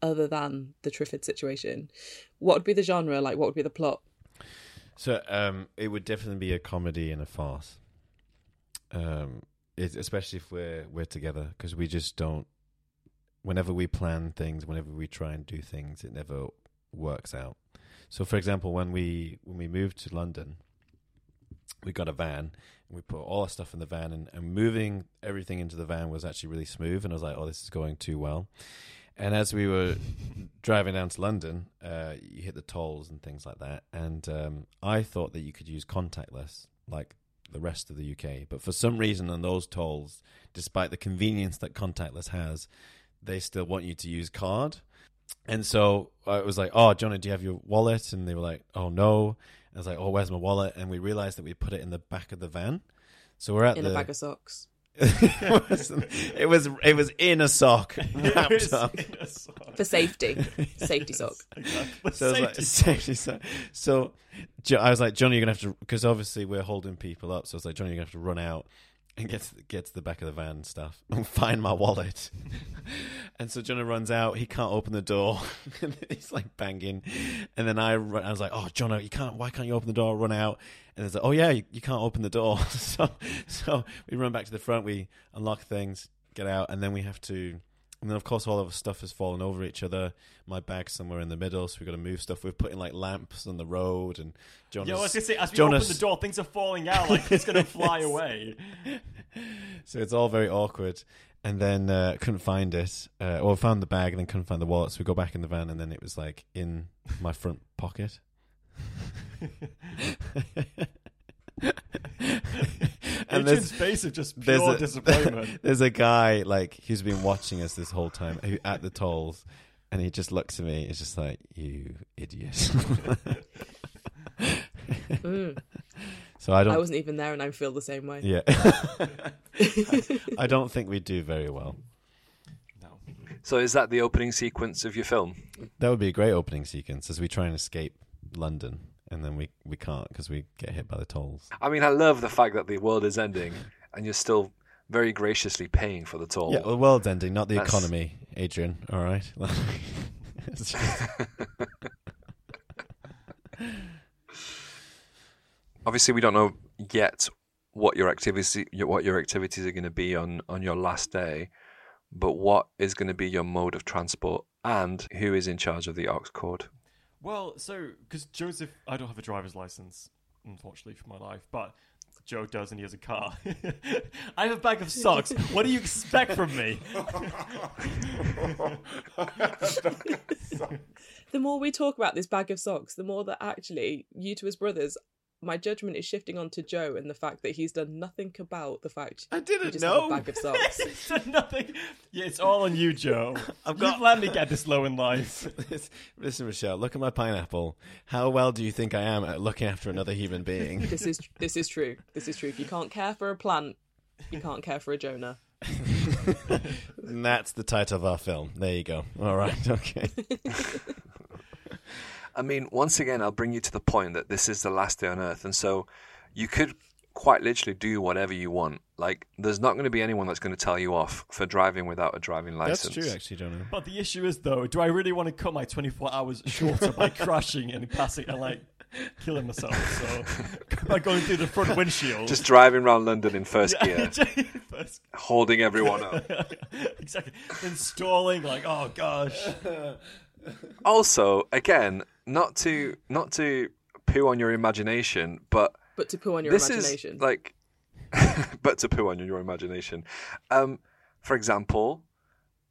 [SPEAKER 3] other than the Triffid situation, what would be the genre? Like, what would be the plot?
[SPEAKER 6] So um, it would definitely be a comedy and a farce, um, it, especially if we're we're together because we just don't. Whenever we plan things, whenever we try and do things, it never works out. So, for example, when we when we moved to London, we got a van and we put all our stuff in the van, and, and moving everything into the van was actually really smooth. And I was like, "Oh, this is going too well." And as we were driving down to London, uh, you hit the tolls and things like that. And um, I thought that you could use contactless, like the rest of the UK. But for some reason, on those tolls, despite the convenience that contactless has, they still want you to use card. And so I was like, "Oh, Johnny, do you have your wallet?" And they were like, "Oh no." I was like, "Oh, where's my wallet?" And we realized that we put it in the back of the van. So we're at
[SPEAKER 3] in
[SPEAKER 6] Uh, the
[SPEAKER 3] a bag
[SPEAKER 6] <laughs>
[SPEAKER 3] of socks.
[SPEAKER 6] it, was, it was it was in a sock wrapped
[SPEAKER 7] <laughs>
[SPEAKER 6] up.
[SPEAKER 3] for safety. safety sock.
[SPEAKER 7] Exactly.
[SPEAKER 6] So I was <laughs> like,
[SPEAKER 7] Safety
[SPEAKER 6] safety sock. So Jo- I was like, Johnny, you're gonna have to, because obviously we're holding people up. So I was like, Johnny, you're gonna have to run out and get to, the- get to the back of the van and stuff and <laughs> find my wallet. and so Johnny runs out. He can't open the door. <laughs> and he's like banging. And then I run, I was like, oh, Johnny, you can't. Why can't you open the door? Run out. And it's like, oh yeah, you, you can't open the door. <laughs> so so we run back to the front. We unlock things, get out, and then we have to. And then, of course, all of our stuff has fallen over each other. My bag's somewhere in the middle, so we've got to move stuff. We're putting like lamps on the road, and Jonas.
[SPEAKER 7] Yeah, I was gonna say, as we
[SPEAKER 6] Jonas,
[SPEAKER 7] open the door, things are falling out. Like it's
[SPEAKER 6] <laughs>
[SPEAKER 7] gonna fly away.
[SPEAKER 6] so it's all very awkward. And then uh, couldn't find it, uh, or found the bag and then couldn't find the wallet. So we go back in the van, and then it was like in my front
[SPEAKER 7] <laughs>
[SPEAKER 6] pocket. and
[SPEAKER 7] Adrian's
[SPEAKER 6] there's
[SPEAKER 7] face of just
[SPEAKER 6] there's
[SPEAKER 7] pure
[SPEAKER 6] a- <laughs>
[SPEAKER 7] disappointment.
[SPEAKER 6] there's a guy like who's been watching us this whole time who, at the tolls, and he just looks at me. It's just like you idiot. <laughs>
[SPEAKER 3] Mm.
[SPEAKER 6] so I don't.
[SPEAKER 3] I wasn't even there, and I feel the same way.
[SPEAKER 6] yeah. I don't think we do very well.
[SPEAKER 7] no.
[SPEAKER 4] So is that the opening sequence of your film?
[SPEAKER 6] That would be a great opening sequence as we try and escape London, and then we we can't because we get hit by the tolls.
[SPEAKER 4] I mean, I love the fact that the world is ending and you're still very graciously paying for the toll.
[SPEAKER 6] Yeah, the world's ending, not the
[SPEAKER 4] Oh. That's-
[SPEAKER 6] economy, Adrian. All right. <laughs> It's just-
[SPEAKER 4] Obviously, we don't know yet what your activity your- what your activities are going to be on on your last day, but what is going to be your mode of transport and who is in charge of the ox cord?
[SPEAKER 7] Well, so because Joseph, I don't have a driver's license, unfortunately for my life, but Joe does, and he has a car. <laughs> I have a bag of socks. what do you expect from me? <laughs>
[SPEAKER 3] The more we talk about this bag of socks, the more that actually you two as brothers, my judgment is shifting onto Joe and the fact that he's done nothing about the fact
[SPEAKER 8] I
[SPEAKER 3] you
[SPEAKER 8] didn't
[SPEAKER 3] just have a
[SPEAKER 8] know.
[SPEAKER 3] bag of
[SPEAKER 7] <laughs>
[SPEAKER 3] socks.
[SPEAKER 7] It's nothing. Yeah, it's all on you, Joe.
[SPEAKER 6] I've got-
[SPEAKER 7] I've got. You've let me get this low in life.
[SPEAKER 6] Listen, Michelle, look at my pineapple. How well do you think I am at looking after another
[SPEAKER 3] <laughs>
[SPEAKER 6] human being?
[SPEAKER 3] this is this is true. This is true. If you can't care for a plant, you can't care for a Jonah.
[SPEAKER 6] and that's the title of our film. There you go. All right. Okay.
[SPEAKER 4] I mean, once again, I'll bring you to the point that this is the last day on Earth, and so you could quite literally do whatever you want. Like, there's not going to be anyone that's going to tell you off for driving without a driving license.
[SPEAKER 6] that's true, actually, Jonah.
[SPEAKER 7] But the issue is, though, do I really want to cut my 24 hours shorter by crashing and passing and like killing myself? So <laughs> by going through the front windshield. <laughs>
[SPEAKER 4] Just driving around London in
[SPEAKER 6] <laughs>
[SPEAKER 4] first gear,
[SPEAKER 7] First-
[SPEAKER 4] holding everyone up.
[SPEAKER 7] <laughs> exactly. Then stalling, like, oh gosh.
[SPEAKER 4] Also, again, not to not to poo on your imagination, but
[SPEAKER 3] But to poo on your
[SPEAKER 4] this
[SPEAKER 3] imagination.
[SPEAKER 4] is like, <laughs> but to poo on your imagination. Um, for example,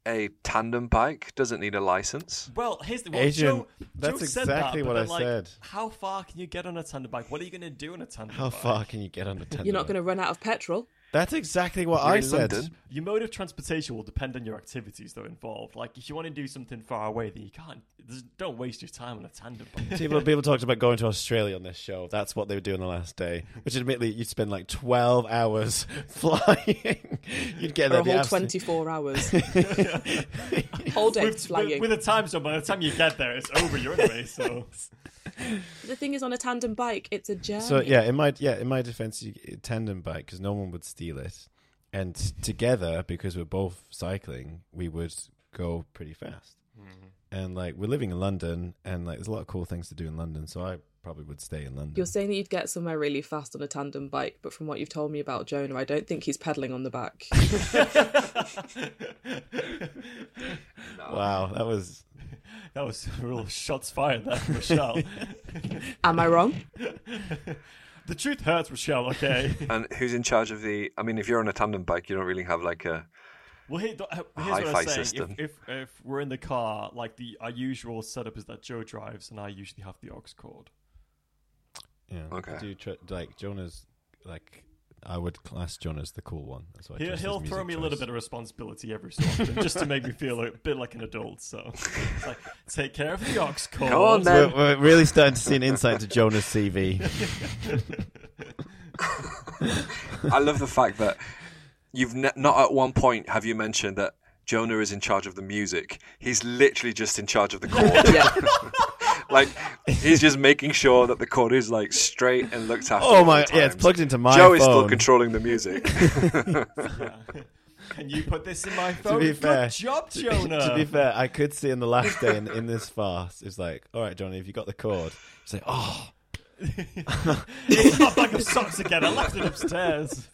[SPEAKER 4] a tandem bike doesn't need a license.
[SPEAKER 7] Well, here's the well,
[SPEAKER 6] Adrian,
[SPEAKER 7] Joe,
[SPEAKER 6] that's
[SPEAKER 7] Joe said
[SPEAKER 6] exactly
[SPEAKER 7] that, but
[SPEAKER 6] what
[SPEAKER 7] then,
[SPEAKER 6] I
[SPEAKER 7] like,
[SPEAKER 6] said.
[SPEAKER 7] How far can you get on a tandem bike? What are you going to do on a tandem
[SPEAKER 6] How
[SPEAKER 7] bike?
[SPEAKER 6] far can you get on the tender?
[SPEAKER 3] You're not going to run out of petrol.
[SPEAKER 6] That's exactly what
[SPEAKER 4] You're
[SPEAKER 6] I
[SPEAKER 4] in
[SPEAKER 6] said.
[SPEAKER 4] London.
[SPEAKER 7] Your mode of transportation will depend on your activities though involved. Like if you want to do something far away, then you can't. there's- Don't waste your time on a tandem
[SPEAKER 8] <laughs>
[SPEAKER 7] bike.
[SPEAKER 6] People, people talked about going to Australia on this show. That's what they would do on the last day. Which, admittedly, you'd spend like twelve hours <laughs> flying. You'd get
[SPEAKER 3] For
[SPEAKER 6] there
[SPEAKER 3] a
[SPEAKER 6] the
[SPEAKER 3] whole
[SPEAKER 6] absolute-
[SPEAKER 3] 24
[SPEAKER 7] <laughs>
[SPEAKER 3] hours. whole day
[SPEAKER 7] with,
[SPEAKER 3] flying.
[SPEAKER 7] with, with a time zone, by the time you get there, it's over. You're anyway. So
[SPEAKER 3] the thing is, on a tandem bike, it's a journey.
[SPEAKER 6] So yeah, in my yeah in my defense, you, tandem bike because no one would steal it, and together because we're both cycling, we would go
[SPEAKER 3] Mm-hmm.
[SPEAKER 6] pretty fast. And like we're living in London, and like there's a lot of cool things to do in London. So I
[SPEAKER 8] probably would stay in London.
[SPEAKER 3] You're saying that you'd get somewhere really fast on a tandem bike, but from what you've told me about Jonah, I don't think he's pedaling on the back.
[SPEAKER 8] Wow, that was
[SPEAKER 7] That was real shots fired there, Michelle.
[SPEAKER 3] Am I
[SPEAKER 7] <laughs>
[SPEAKER 3] wrong?
[SPEAKER 7] the truth hurts, Michelle, okay?
[SPEAKER 4] And who's in charge of the? I mean, if you're on a tandem bike, you don't really have like a.
[SPEAKER 7] Well, here, th- here's what
[SPEAKER 4] hi-fi
[SPEAKER 7] I'm saying.
[SPEAKER 4] system.
[SPEAKER 7] If, if, if we're in the car, like the our usual setup is that Joe drives and I usually have the aux cord.
[SPEAKER 8] yeah.
[SPEAKER 4] Okay.
[SPEAKER 8] I do tr- like Jonah's like I would class Jonah as the cool one. That's why I
[SPEAKER 7] He'll,
[SPEAKER 8] chose his
[SPEAKER 7] he'll throw
[SPEAKER 8] music
[SPEAKER 7] me a little
[SPEAKER 8] choice.
[SPEAKER 7] bit of responsibility every so often just to make me feel a bit like an adult. So, it's like, take care of the
[SPEAKER 8] <laughs>
[SPEAKER 7] aux cord.
[SPEAKER 4] Come on, then.
[SPEAKER 8] We're, we're really starting to see an insight to Jonah's CV.
[SPEAKER 4] I love the fact that you've ne- not at one point have you mentioned that Jonah is in charge of the music. He's literally just in charge of the
[SPEAKER 8] <laughs>
[SPEAKER 4] chord.
[SPEAKER 3] Yeah.
[SPEAKER 4] like he's just making sure that the chord is like straight and looked after.
[SPEAKER 8] Oh
[SPEAKER 4] at
[SPEAKER 8] my!
[SPEAKER 4] all
[SPEAKER 8] Yeah, it's
[SPEAKER 4] times.
[SPEAKER 8] plugged into my
[SPEAKER 4] Joe
[SPEAKER 8] phone.
[SPEAKER 4] is still controlling the
[SPEAKER 8] <laughs>
[SPEAKER 4] music.
[SPEAKER 7] Yeah. Can you put this in my
[SPEAKER 8] to
[SPEAKER 7] phone?
[SPEAKER 8] be fair,
[SPEAKER 7] Good job,
[SPEAKER 8] to-
[SPEAKER 7] Jonah.
[SPEAKER 8] to
[SPEAKER 7] <laughs>
[SPEAKER 8] be fair, I could see in the last day in, in this farce, it's like, all right, Johnny, have you got the chord? It's like, oh,
[SPEAKER 7] it's not like of socks again. I left it
[SPEAKER 8] <laughs>
[SPEAKER 7] upstairs.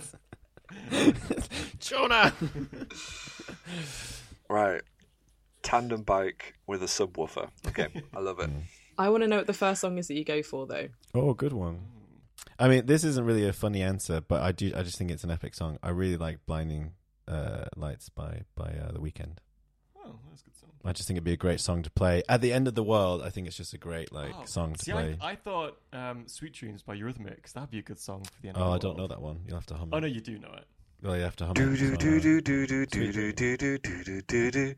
[SPEAKER 8] Jonah.
[SPEAKER 4] right. Tandem bike with a subwoofer. Okay, I love it.
[SPEAKER 8] Mm.
[SPEAKER 3] I want to know what the first song is that you go for, though.
[SPEAKER 8] Oh, good one. I mean, this isn't really a funny answer, but I do. I just think it's an epic song. I really like "Blinding uh, Lights" by by uh, The Weeknd.
[SPEAKER 7] Oh, that's a good song.
[SPEAKER 8] I just think it'd be a great song to play at the end of the world. I think it's just a great like
[SPEAKER 7] Oh,
[SPEAKER 8] song to
[SPEAKER 7] see,
[SPEAKER 8] play.
[SPEAKER 7] I, I thought um, "Sweet Dreams" by Eurythmics. That'd be a good song for the end. of
[SPEAKER 8] oh,
[SPEAKER 7] the
[SPEAKER 8] I don't know
[SPEAKER 7] world.
[SPEAKER 8] that one. You'll have to hum.
[SPEAKER 7] Oh
[SPEAKER 8] it.
[SPEAKER 7] no, you do know it.
[SPEAKER 8] Oh, you have to hum.
[SPEAKER 4] Do
[SPEAKER 8] it.
[SPEAKER 4] do
[SPEAKER 8] Sorry.
[SPEAKER 4] do do do do do
[SPEAKER 8] Sweet
[SPEAKER 4] do
[SPEAKER 8] dreams.
[SPEAKER 4] do do do do do.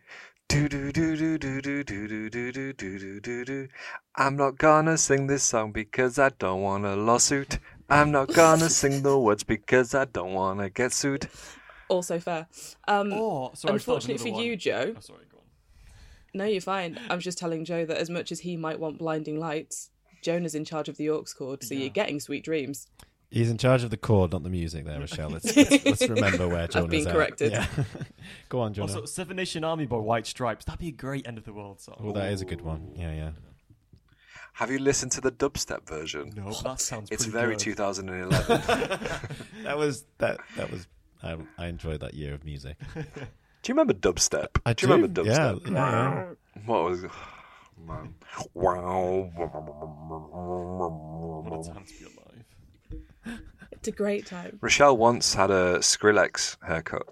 [SPEAKER 4] Do do do do do do do do do do do do do do. I'm not gonna sing this song because I don't want a lawsuit. I'm not gonna sing the words because I don't wanna get sued.
[SPEAKER 3] Also fair. Um,
[SPEAKER 7] Oh, sorry. I just thought of
[SPEAKER 3] unfortunate for
[SPEAKER 7] another one.
[SPEAKER 3] you, Joe.
[SPEAKER 7] Oh, sorry, go on.
[SPEAKER 3] No, you're fine. I'm just telling Joe that as much as he might want blinding lights, Jonah's in charge of the aux cord, so you're getting sweet dreams.
[SPEAKER 8] He's in charge of the chord, not the music. There,
[SPEAKER 3] <laughs>
[SPEAKER 8] Michelle. Let's let's, let's remember where Jonah's
[SPEAKER 3] been
[SPEAKER 8] at.
[SPEAKER 3] corrected.
[SPEAKER 8] Yeah. <laughs> Go on, Jonah.
[SPEAKER 7] Also, Seven Nation Army by White Stripes. That'd be a great end of the world song.
[SPEAKER 8] oh, that is a good one. Yeah, yeah.
[SPEAKER 4] Have you listened to the dubstep version?
[SPEAKER 7] No, that sounds.
[SPEAKER 4] It's
[SPEAKER 7] pretty
[SPEAKER 4] very
[SPEAKER 7] good.
[SPEAKER 4] 2011.
[SPEAKER 8] That was that. That was. I, I enjoyed that year of music.
[SPEAKER 4] Do you remember dubstep?
[SPEAKER 8] I
[SPEAKER 4] do you remember
[SPEAKER 8] do, yeah,
[SPEAKER 4] dubstep?
[SPEAKER 8] yeah,
[SPEAKER 4] What was man? Wow.
[SPEAKER 7] What a time to be alive.
[SPEAKER 3] It's a great time.
[SPEAKER 4] Rochelle once had a Skrillex haircut.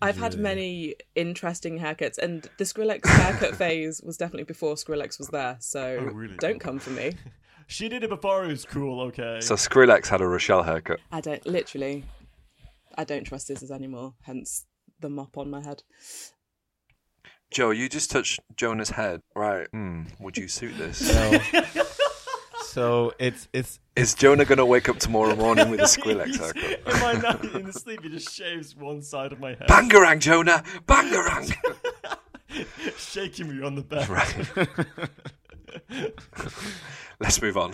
[SPEAKER 3] I've had many interesting haircuts, and the Skrillex haircut <laughs> phase was definitely before Skrillex was there. So
[SPEAKER 7] Oh, really?
[SPEAKER 3] don't come for me.
[SPEAKER 7] She did it before. It was cool. Okay. <laughs>
[SPEAKER 4] So Skrillex had a Rochelle haircut.
[SPEAKER 3] I don't literally. I don't trust scissors anymore. Hence the mop on my head.
[SPEAKER 4] Joe, you just touched Jonah's head. Right. Hmm. would you suit <laughs> this?
[SPEAKER 8] So, so it's it's
[SPEAKER 4] Is Jonah going to wake up tomorrow morning with a <laughs> Skrillex haircut?
[SPEAKER 7] in my night in the sleep, he just shaves one side of my head,
[SPEAKER 4] Bangarang, Jonah! Bangarang!
[SPEAKER 7] shaking me on the
[SPEAKER 4] <laughs>
[SPEAKER 7] bed.
[SPEAKER 4] right. <laughs> Let's move on.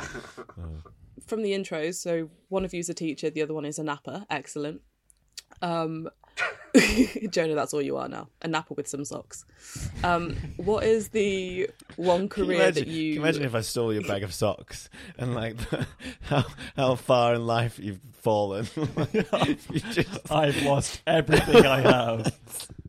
[SPEAKER 3] From the intros, so one of you's a teacher, the other one is a napper. Excellent. Um, <laughs> Jonah, that's all you are now. A napper with some socks. Um, what is the one
[SPEAKER 8] Can you
[SPEAKER 3] career
[SPEAKER 8] imagine,
[SPEAKER 3] that you
[SPEAKER 8] can you imagine if I stole your bag of socks and like <laughs> how how far in life you've fallen. <laughs> You just-
[SPEAKER 7] I've lost everything I have.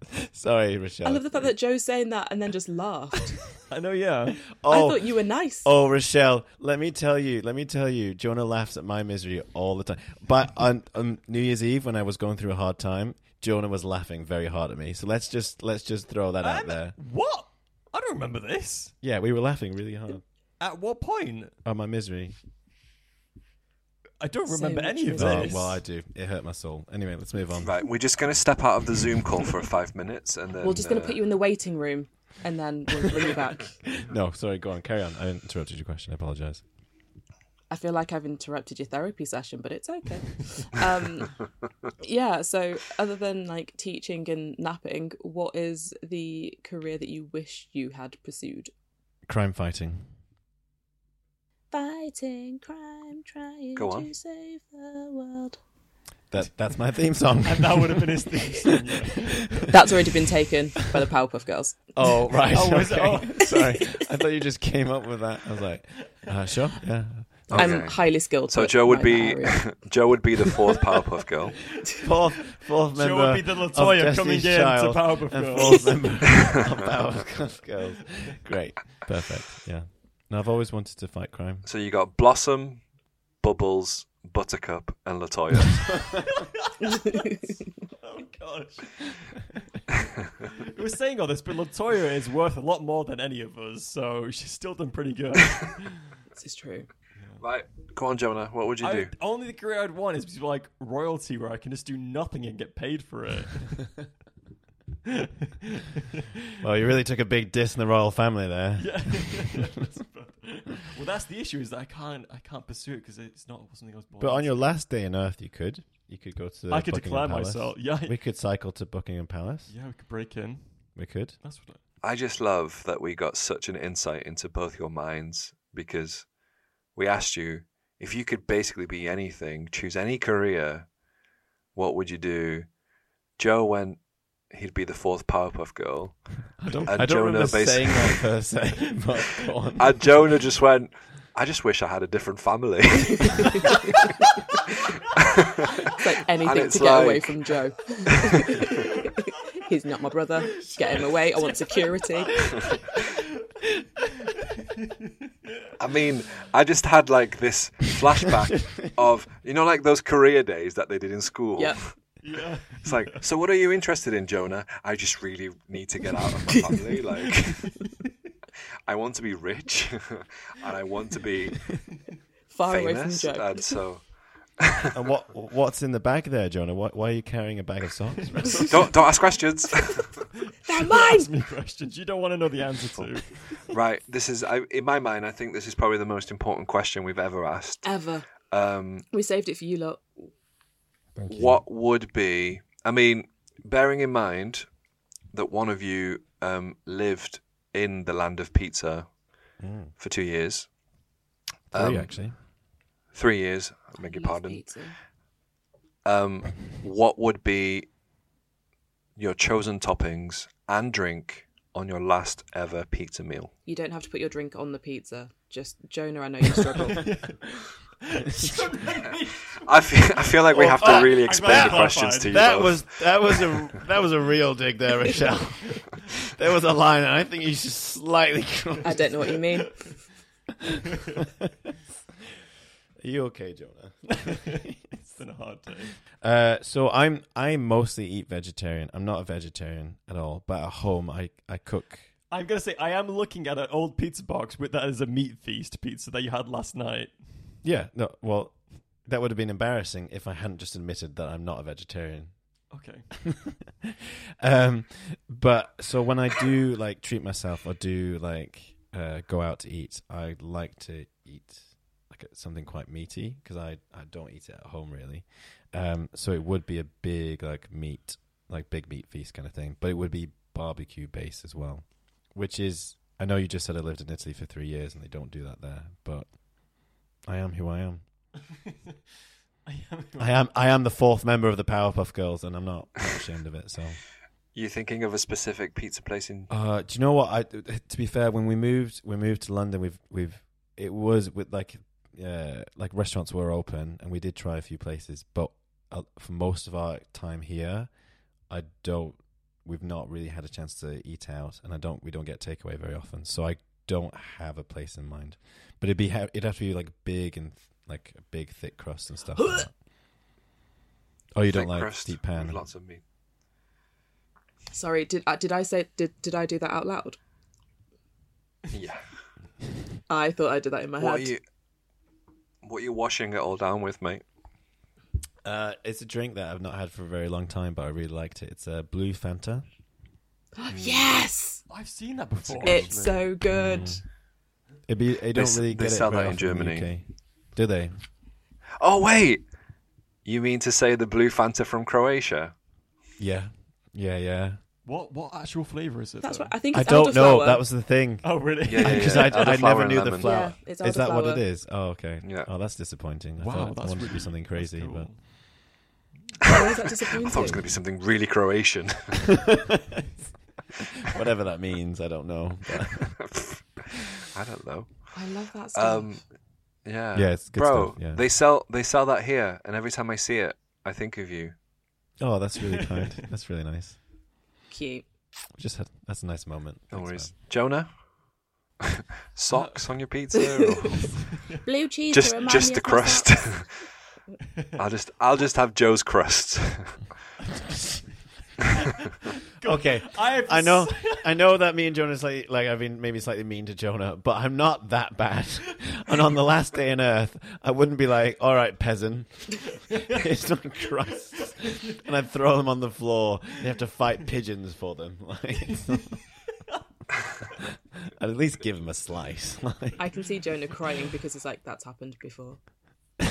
[SPEAKER 8] <laughs> sorry, Rochelle.
[SPEAKER 3] I love the fact that Joe's saying that and then just laughed.
[SPEAKER 7] I know, yeah.
[SPEAKER 8] oh,
[SPEAKER 3] I thought you were nice.
[SPEAKER 8] oh, Rochelle. Let me tell you. Let me tell you. Jonah laughs at my misery all the time. But on, on New Year's Eve, when I was going through a hard time, Jonah was laughing very hard at me. So let's just let's just throw that out there.
[SPEAKER 7] What? I don't remember this.
[SPEAKER 8] Yeah, we were laughing really hard
[SPEAKER 7] At what point?
[SPEAKER 8] at my misery.
[SPEAKER 7] I don't
[SPEAKER 3] So
[SPEAKER 7] remember
[SPEAKER 3] much
[SPEAKER 7] any of
[SPEAKER 3] was
[SPEAKER 8] Oh,
[SPEAKER 7] this.
[SPEAKER 8] well, I do. It hurt my soul. Anyway, let's move on.
[SPEAKER 4] Right. We're just going to step out of the Zoom call for five minutes and then.
[SPEAKER 3] We're just going
[SPEAKER 4] uh,
[SPEAKER 3] to put you in the waiting room and then we'll bring you
[SPEAKER 8] <laughs>
[SPEAKER 3] back.
[SPEAKER 8] No, sorry. Go on. Carry on. I interrupted your question. I apologize.
[SPEAKER 3] I feel like I've interrupted your therapy session, but it's
[SPEAKER 4] <laughs>
[SPEAKER 3] okay. Um, yeah. So, other than like teaching and napping, what is the career that you wish you had pursued?
[SPEAKER 8] Crime fighting.
[SPEAKER 3] Fighting crime, trying
[SPEAKER 4] Go on.
[SPEAKER 3] to save the world.
[SPEAKER 8] That that's my theme song.
[SPEAKER 7] And that would have been his theme song. yeah.
[SPEAKER 3] <laughs> That's already been taken by the Powerpuff Girls.
[SPEAKER 8] <laughs> oh right.
[SPEAKER 7] Oh, was it?
[SPEAKER 8] <laughs> okay. Sorry, I thought you just came up with that. I was like, uh, sure, yeah.
[SPEAKER 3] I'm
[SPEAKER 4] Okay.
[SPEAKER 3] highly skilled.
[SPEAKER 4] So
[SPEAKER 3] with
[SPEAKER 4] Joe would
[SPEAKER 3] my
[SPEAKER 4] be
[SPEAKER 3] area.
[SPEAKER 4] Joe would be the fourth
[SPEAKER 3] <laughs>
[SPEAKER 4] Powerpuff Girl.
[SPEAKER 8] Fourth, fourth member
[SPEAKER 7] Joe would be the
[SPEAKER 8] of
[SPEAKER 7] Latoya coming in
[SPEAKER 8] Destiny's
[SPEAKER 7] to
[SPEAKER 8] Child
[SPEAKER 7] Powerpuff
[SPEAKER 8] and
[SPEAKER 7] Girls.
[SPEAKER 8] <laughs> fourth member of <laughs> Powerpuff Girls. Great, perfect. Yeah. Now I've always wanted to fight crime.
[SPEAKER 4] So you got Blossom, Bubbles, Buttercup, and Latoya. <laughs>
[SPEAKER 7] Oh gosh. we were saying all this, but Latoya is worth a lot more than any of us, so she's still done pretty
[SPEAKER 8] <laughs>
[SPEAKER 7] good.
[SPEAKER 3] this is true.
[SPEAKER 4] right, go on, Jonah. What would you
[SPEAKER 7] I,
[SPEAKER 4] do?
[SPEAKER 7] only the career I'd want is to be like royalty, where I can just do nothing and get paid for it.
[SPEAKER 8] Well, Oh, you really took a big diss in the royal family there.
[SPEAKER 7] <laughs> Yeah. <laughs>
[SPEAKER 8] <laughs>
[SPEAKER 7] well, that's the issue is that I can't I can't pursue it because it's not something I was born.
[SPEAKER 8] But on
[SPEAKER 7] into.
[SPEAKER 8] your last day on Earth, you could. You could go to.
[SPEAKER 7] I could
[SPEAKER 8] Buckingham
[SPEAKER 7] declare
[SPEAKER 8] Palace.
[SPEAKER 7] myself. Yeah,
[SPEAKER 8] We could cycle to Buckingham Palace.
[SPEAKER 7] yeah, we could break in.
[SPEAKER 8] We could.
[SPEAKER 7] That's
[SPEAKER 8] <laughs>
[SPEAKER 7] what. I,
[SPEAKER 4] I just love that we got such an insight into both your minds because we asked you if you could basically be anything, choose any career, what would you do? Joe went, he'd be the fourth Powerpuff Girl.
[SPEAKER 8] <laughs> I don't.
[SPEAKER 4] And
[SPEAKER 8] I don't remember
[SPEAKER 4] Jonah basi-
[SPEAKER 8] saying <laughs> that per se. But go on.
[SPEAKER 4] <laughs> And Jonah just went, I just wish I had a different family. <laughs>
[SPEAKER 3] It's like anything
[SPEAKER 4] it's
[SPEAKER 3] to get away
[SPEAKER 4] like-
[SPEAKER 3] from
[SPEAKER 4] <laughs>
[SPEAKER 3] Joe. He's not my brother. Get him away. I want security.
[SPEAKER 4] I mean, I just had like
[SPEAKER 8] <laughs>
[SPEAKER 4] this flashback of, you know, like those career days that they did in school.
[SPEAKER 3] Yep.
[SPEAKER 7] yeah.
[SPEAKER 4] It's like, so what are you interested in, Jonah? I just really need to get out of my
[SPEAKER 3] <laughs>
[SPEAKER 4] family. Like, <laughs> I want to be rich, <laughs> and I want to be
[SPEAKER 3] Far
[SPEAKER 4] famous. Uh,
[SPEAKER 3] away from Joe. <laughs>
[SPEAKER 4] And so,
[SPEAKER 8] And what what's in the bag there, Jonah? Why, why are you carrying a bag
[SPEAKER 7] <laughs>
[SPEAKER 8] of socks?
[SPEAKER 4] don't don't ask questions. <laughs>
[SPEAKER 3] They're mine.
[SPEAKER 7] Ask me questions you don't want to know the answer
[SPEAKER 8] <laughs>
[SPEAKER 7] to.
[SPEAKER 4] right. This is, I, in my mind, I think this is probably the most important question we've ever asked.
[SPEAKER 3] Ever.
[SPEAKER 4] Um,
[SPEAKER 3] We saved it for you lot.
[SPEAKER 4] what would be? I mean, bearing in mind that one of you um, lived in the land of pizza for two years,
[SPEAKER 8] Mm.
[SPEAKER 4] Um,
[SPEAKER 8] Three, actually.
[SPEAKER 4] three years. I beg your
[SPEAKER 3] Love
[SPEAKER 4] pardon.
[SPEAKER 3] pizza.
[SPEAKER 4] um, what would be your chosen toppings and drink on your last ever pizza meal?
[SPEAKER 3] You don't have to put your drink on the pizza. Just Jonah, I know you struggle.
[SPEAKER 4] <laughs> I feel, <laughs> I feel like we have to really expand the
[SPEAKER 7] glad
[SPEAKER 4] questions to you.
[SPEAKER 8] That
[SPEAKER 4] both.
[SPEAKER 8] was that was a that was a real dig
[SPEAKER 7] <laughs>
[SPEAKER 8] there, Michelle. there was a line, and I think you just slightly. <laughs> Crossed.
[SPEAKER 3] I don't know what you mean.
[SPEAKER 8] Are you okay, Jonah?
[SPEAKER 7] <laughs> It's been a hard day.
[SPEAKER 8] Uh, so I'm I mostly eat vegetarian. I'm not a vegetarian at all, but at home I I cook.
[SPEAKER 7] I'm gonna say I am looking at an old pizza box with that is a meat feast pizza that you had last night.
[SPEAKER 8] Yeah, no, well, that would have been embarrassing if I hadn't just admitted that I'm not a vegetarian.
[SPEAKER 7] Okay.
[SPEAKER 8] <laughs> um, but so when I do like treat myself or do like uh, go out to eat, I like to eat like something quite meaty because I I don't eat it at home really. Um, so it would be a big like meat like big meat feast kind of thing, but it would be barbecue based as well, which is I know you just said I lived in Italy for three years and they don't do that there, but I am who I am.
[SPEAKER 7] <laughs> I am.
[SPEAKER 8] I am I am the fourth member of the Powerpuff Girls, and I'm not, not ashamed of it. So.
[SPEAKER 4] you thinking of a specific pizza place in?
[SPEAKER 8] Uh, do you know what? I to be fair, when we moved, we moved to London. We've we've it was with like uh like restaurants were open, and we did try a few places, but uh, for most of our time here, I don't. We've not really had a chance to eat out, and I don't. We don't get takeaway very often, so I don't have a place in mind. But it'd be ha- it'd have to be like big and like a big thick crust and stuff. like that. Oh, you don't
[SPEAKER 4] Thick
[SPEAKER 8] like
[SPEAKER 4] crust
[SPEAKER 8] deep pan?
[SPEAKER 4] with Lots of meat. <laughs>
[SPEAKER 3] Sorry, did I, did I say did did I do that out loud?
[SPEAKER 4] Yeah.
[SPEAKER 3] I thought I did that in my
[SPEAKER 4] What are
[SPEAKER 3] head.
[SPEAKER 4] you? What are you washing it all down with, mate?
[SPEAKER 8] Uh, it's a drink that I've not had for a very long time, but I really liked it. It's a blue Fanta.
[SPEAKER 3] Yes,
[SPEAKER 7] I've seen that before.
[SPEAKER 3] it's so good.
[SPEAKER 4] Mm.
[SPEAKER 8] It'd be, they don't
[SPEAKER 4] s-
[SPEAKER 8] really
[SPEAKER 4] they
[SPEAKER 8] get
[SPEAKER 4] sell
[SPEAKER 8] it very
[SPEAKER 4] that in
[SPEAKER 8] often the
[SPEAKER 4] Germany.
[SPEAKER 8] UK. Do they?
[SPEAKER 4] Oh wait, you mean to say the blue Fanta from Croatia?
[SPEAKER 8] Yeah, yeah, yeah.
[SPEAKER 7] What what actual flavor is it?
[SPEAKER 3] That's
[SPEAKER 7] though?
[SPEAKER 3] what I think.
[SPEAKER 8] I
[SPEAKER 3] It's
[SPEAKER 8] don't know.
[SPEAKER 3] elderflower.
[SPEAKER 8] That was the thing
[SPEAKER 7] Oh really?
[SPEAKER 4] Yeah,
[SPEAKER 7] <laughs>
[SPEAKER 4] yeah,
[SPEAKER 8] because
[SPEAKER 4] yeah.
[SPEAKER 8] I, I
[SPEAKER 4] Elderflower
[SPEAKER 8] never
[SPEAKER 4] and
[SPEAKER 8] knew the
[SPEAKER 4] lemon.
[SPEAKER 8] flower.
[SPEAKER 3] Yeah, it's
[SPEAKER 8] is that what it
[SPEAKER 3] elderflower.
[SPEAKER 8] is? Oh, okay.
[SPEAKER 4] Yeah.
[SPEAKER 8] Oh, that's disappointing. I
[SPEAKER 7] Wow,
[SPEAKER 8] thought I
[SPEAKER 7] that's
[SPEAKER 8] wanted to
[SPEAKER 7] really-
[SPEAKER 8] do something crazy, but
[SPEAKER 3] Why is that
[SPEAKER 4] I thought it was going to
[SPEAKER 3] disappointing?
[SPEAKER 4] be something really Croatian.
[SPEAKER 8] <laughs> whatever that means, I don't know. But-
[SPEAKER 4] <laughs> I don't know.
[SPEAKER 3] I love that stuff.
[SPEAKER 4] Um, Yeah.
[SPEAKER 6] Yeah, it's good
[SPEAKER 4] Bro,
[SPEAKER 6] stuff, yeah.
[SPEAKER 4] they sell they sell that here, and every time I see it, I think of you.
[SPEAKER 6] Oh, that's really kind.
[SPEAKER 8] <laughs>
[SPEAKER 6] that's really nice.
[SPEAKER 3] Cute.
[SPEAKER 6] We just had that's a nice moment.
[SPEAKER 4] No
[SPEAKER 8] Oh.
[SPEAKER 6] Thanks,
[SPEAKER 4] worries.
[SPEAKER 6] man.
[SPEAKER 4] Jonah, socks on your pizza, or
[SPEAKER 3] Blue cheese.
[SPEAKER 4] just
[SPEAKER 3] to remind
[SPEAKER 4] just
[SPEAKER 3] me
[SPEAKER 4] the
[SPEAKER 3] of my
[SPEAKER 4] crust.
[SPEAKER 3] socks.
[SPEAKER 4] <laughs> I'll just I'll just have Joe's crust.
[SPEAKER 6] Okay.
[SPEAKER 7] I have
[SPEAKER 6] I <laughs> know, I know that me and Jonah slightly, like I've been maybe slightly mean to Jonah, but I'm not that bad. <laughs> And on the last day on Earth, I wouldn't be like, "All right, peasant, <laughs> it's not crusts," and I'd throw them on the floor. They have to fight pigeons for them. <laughs> Like, it's not- I'd at least give them a slice. <laughs> Like,
[SPEAKER 3] I can see Jonah crying because it's like that's happened before.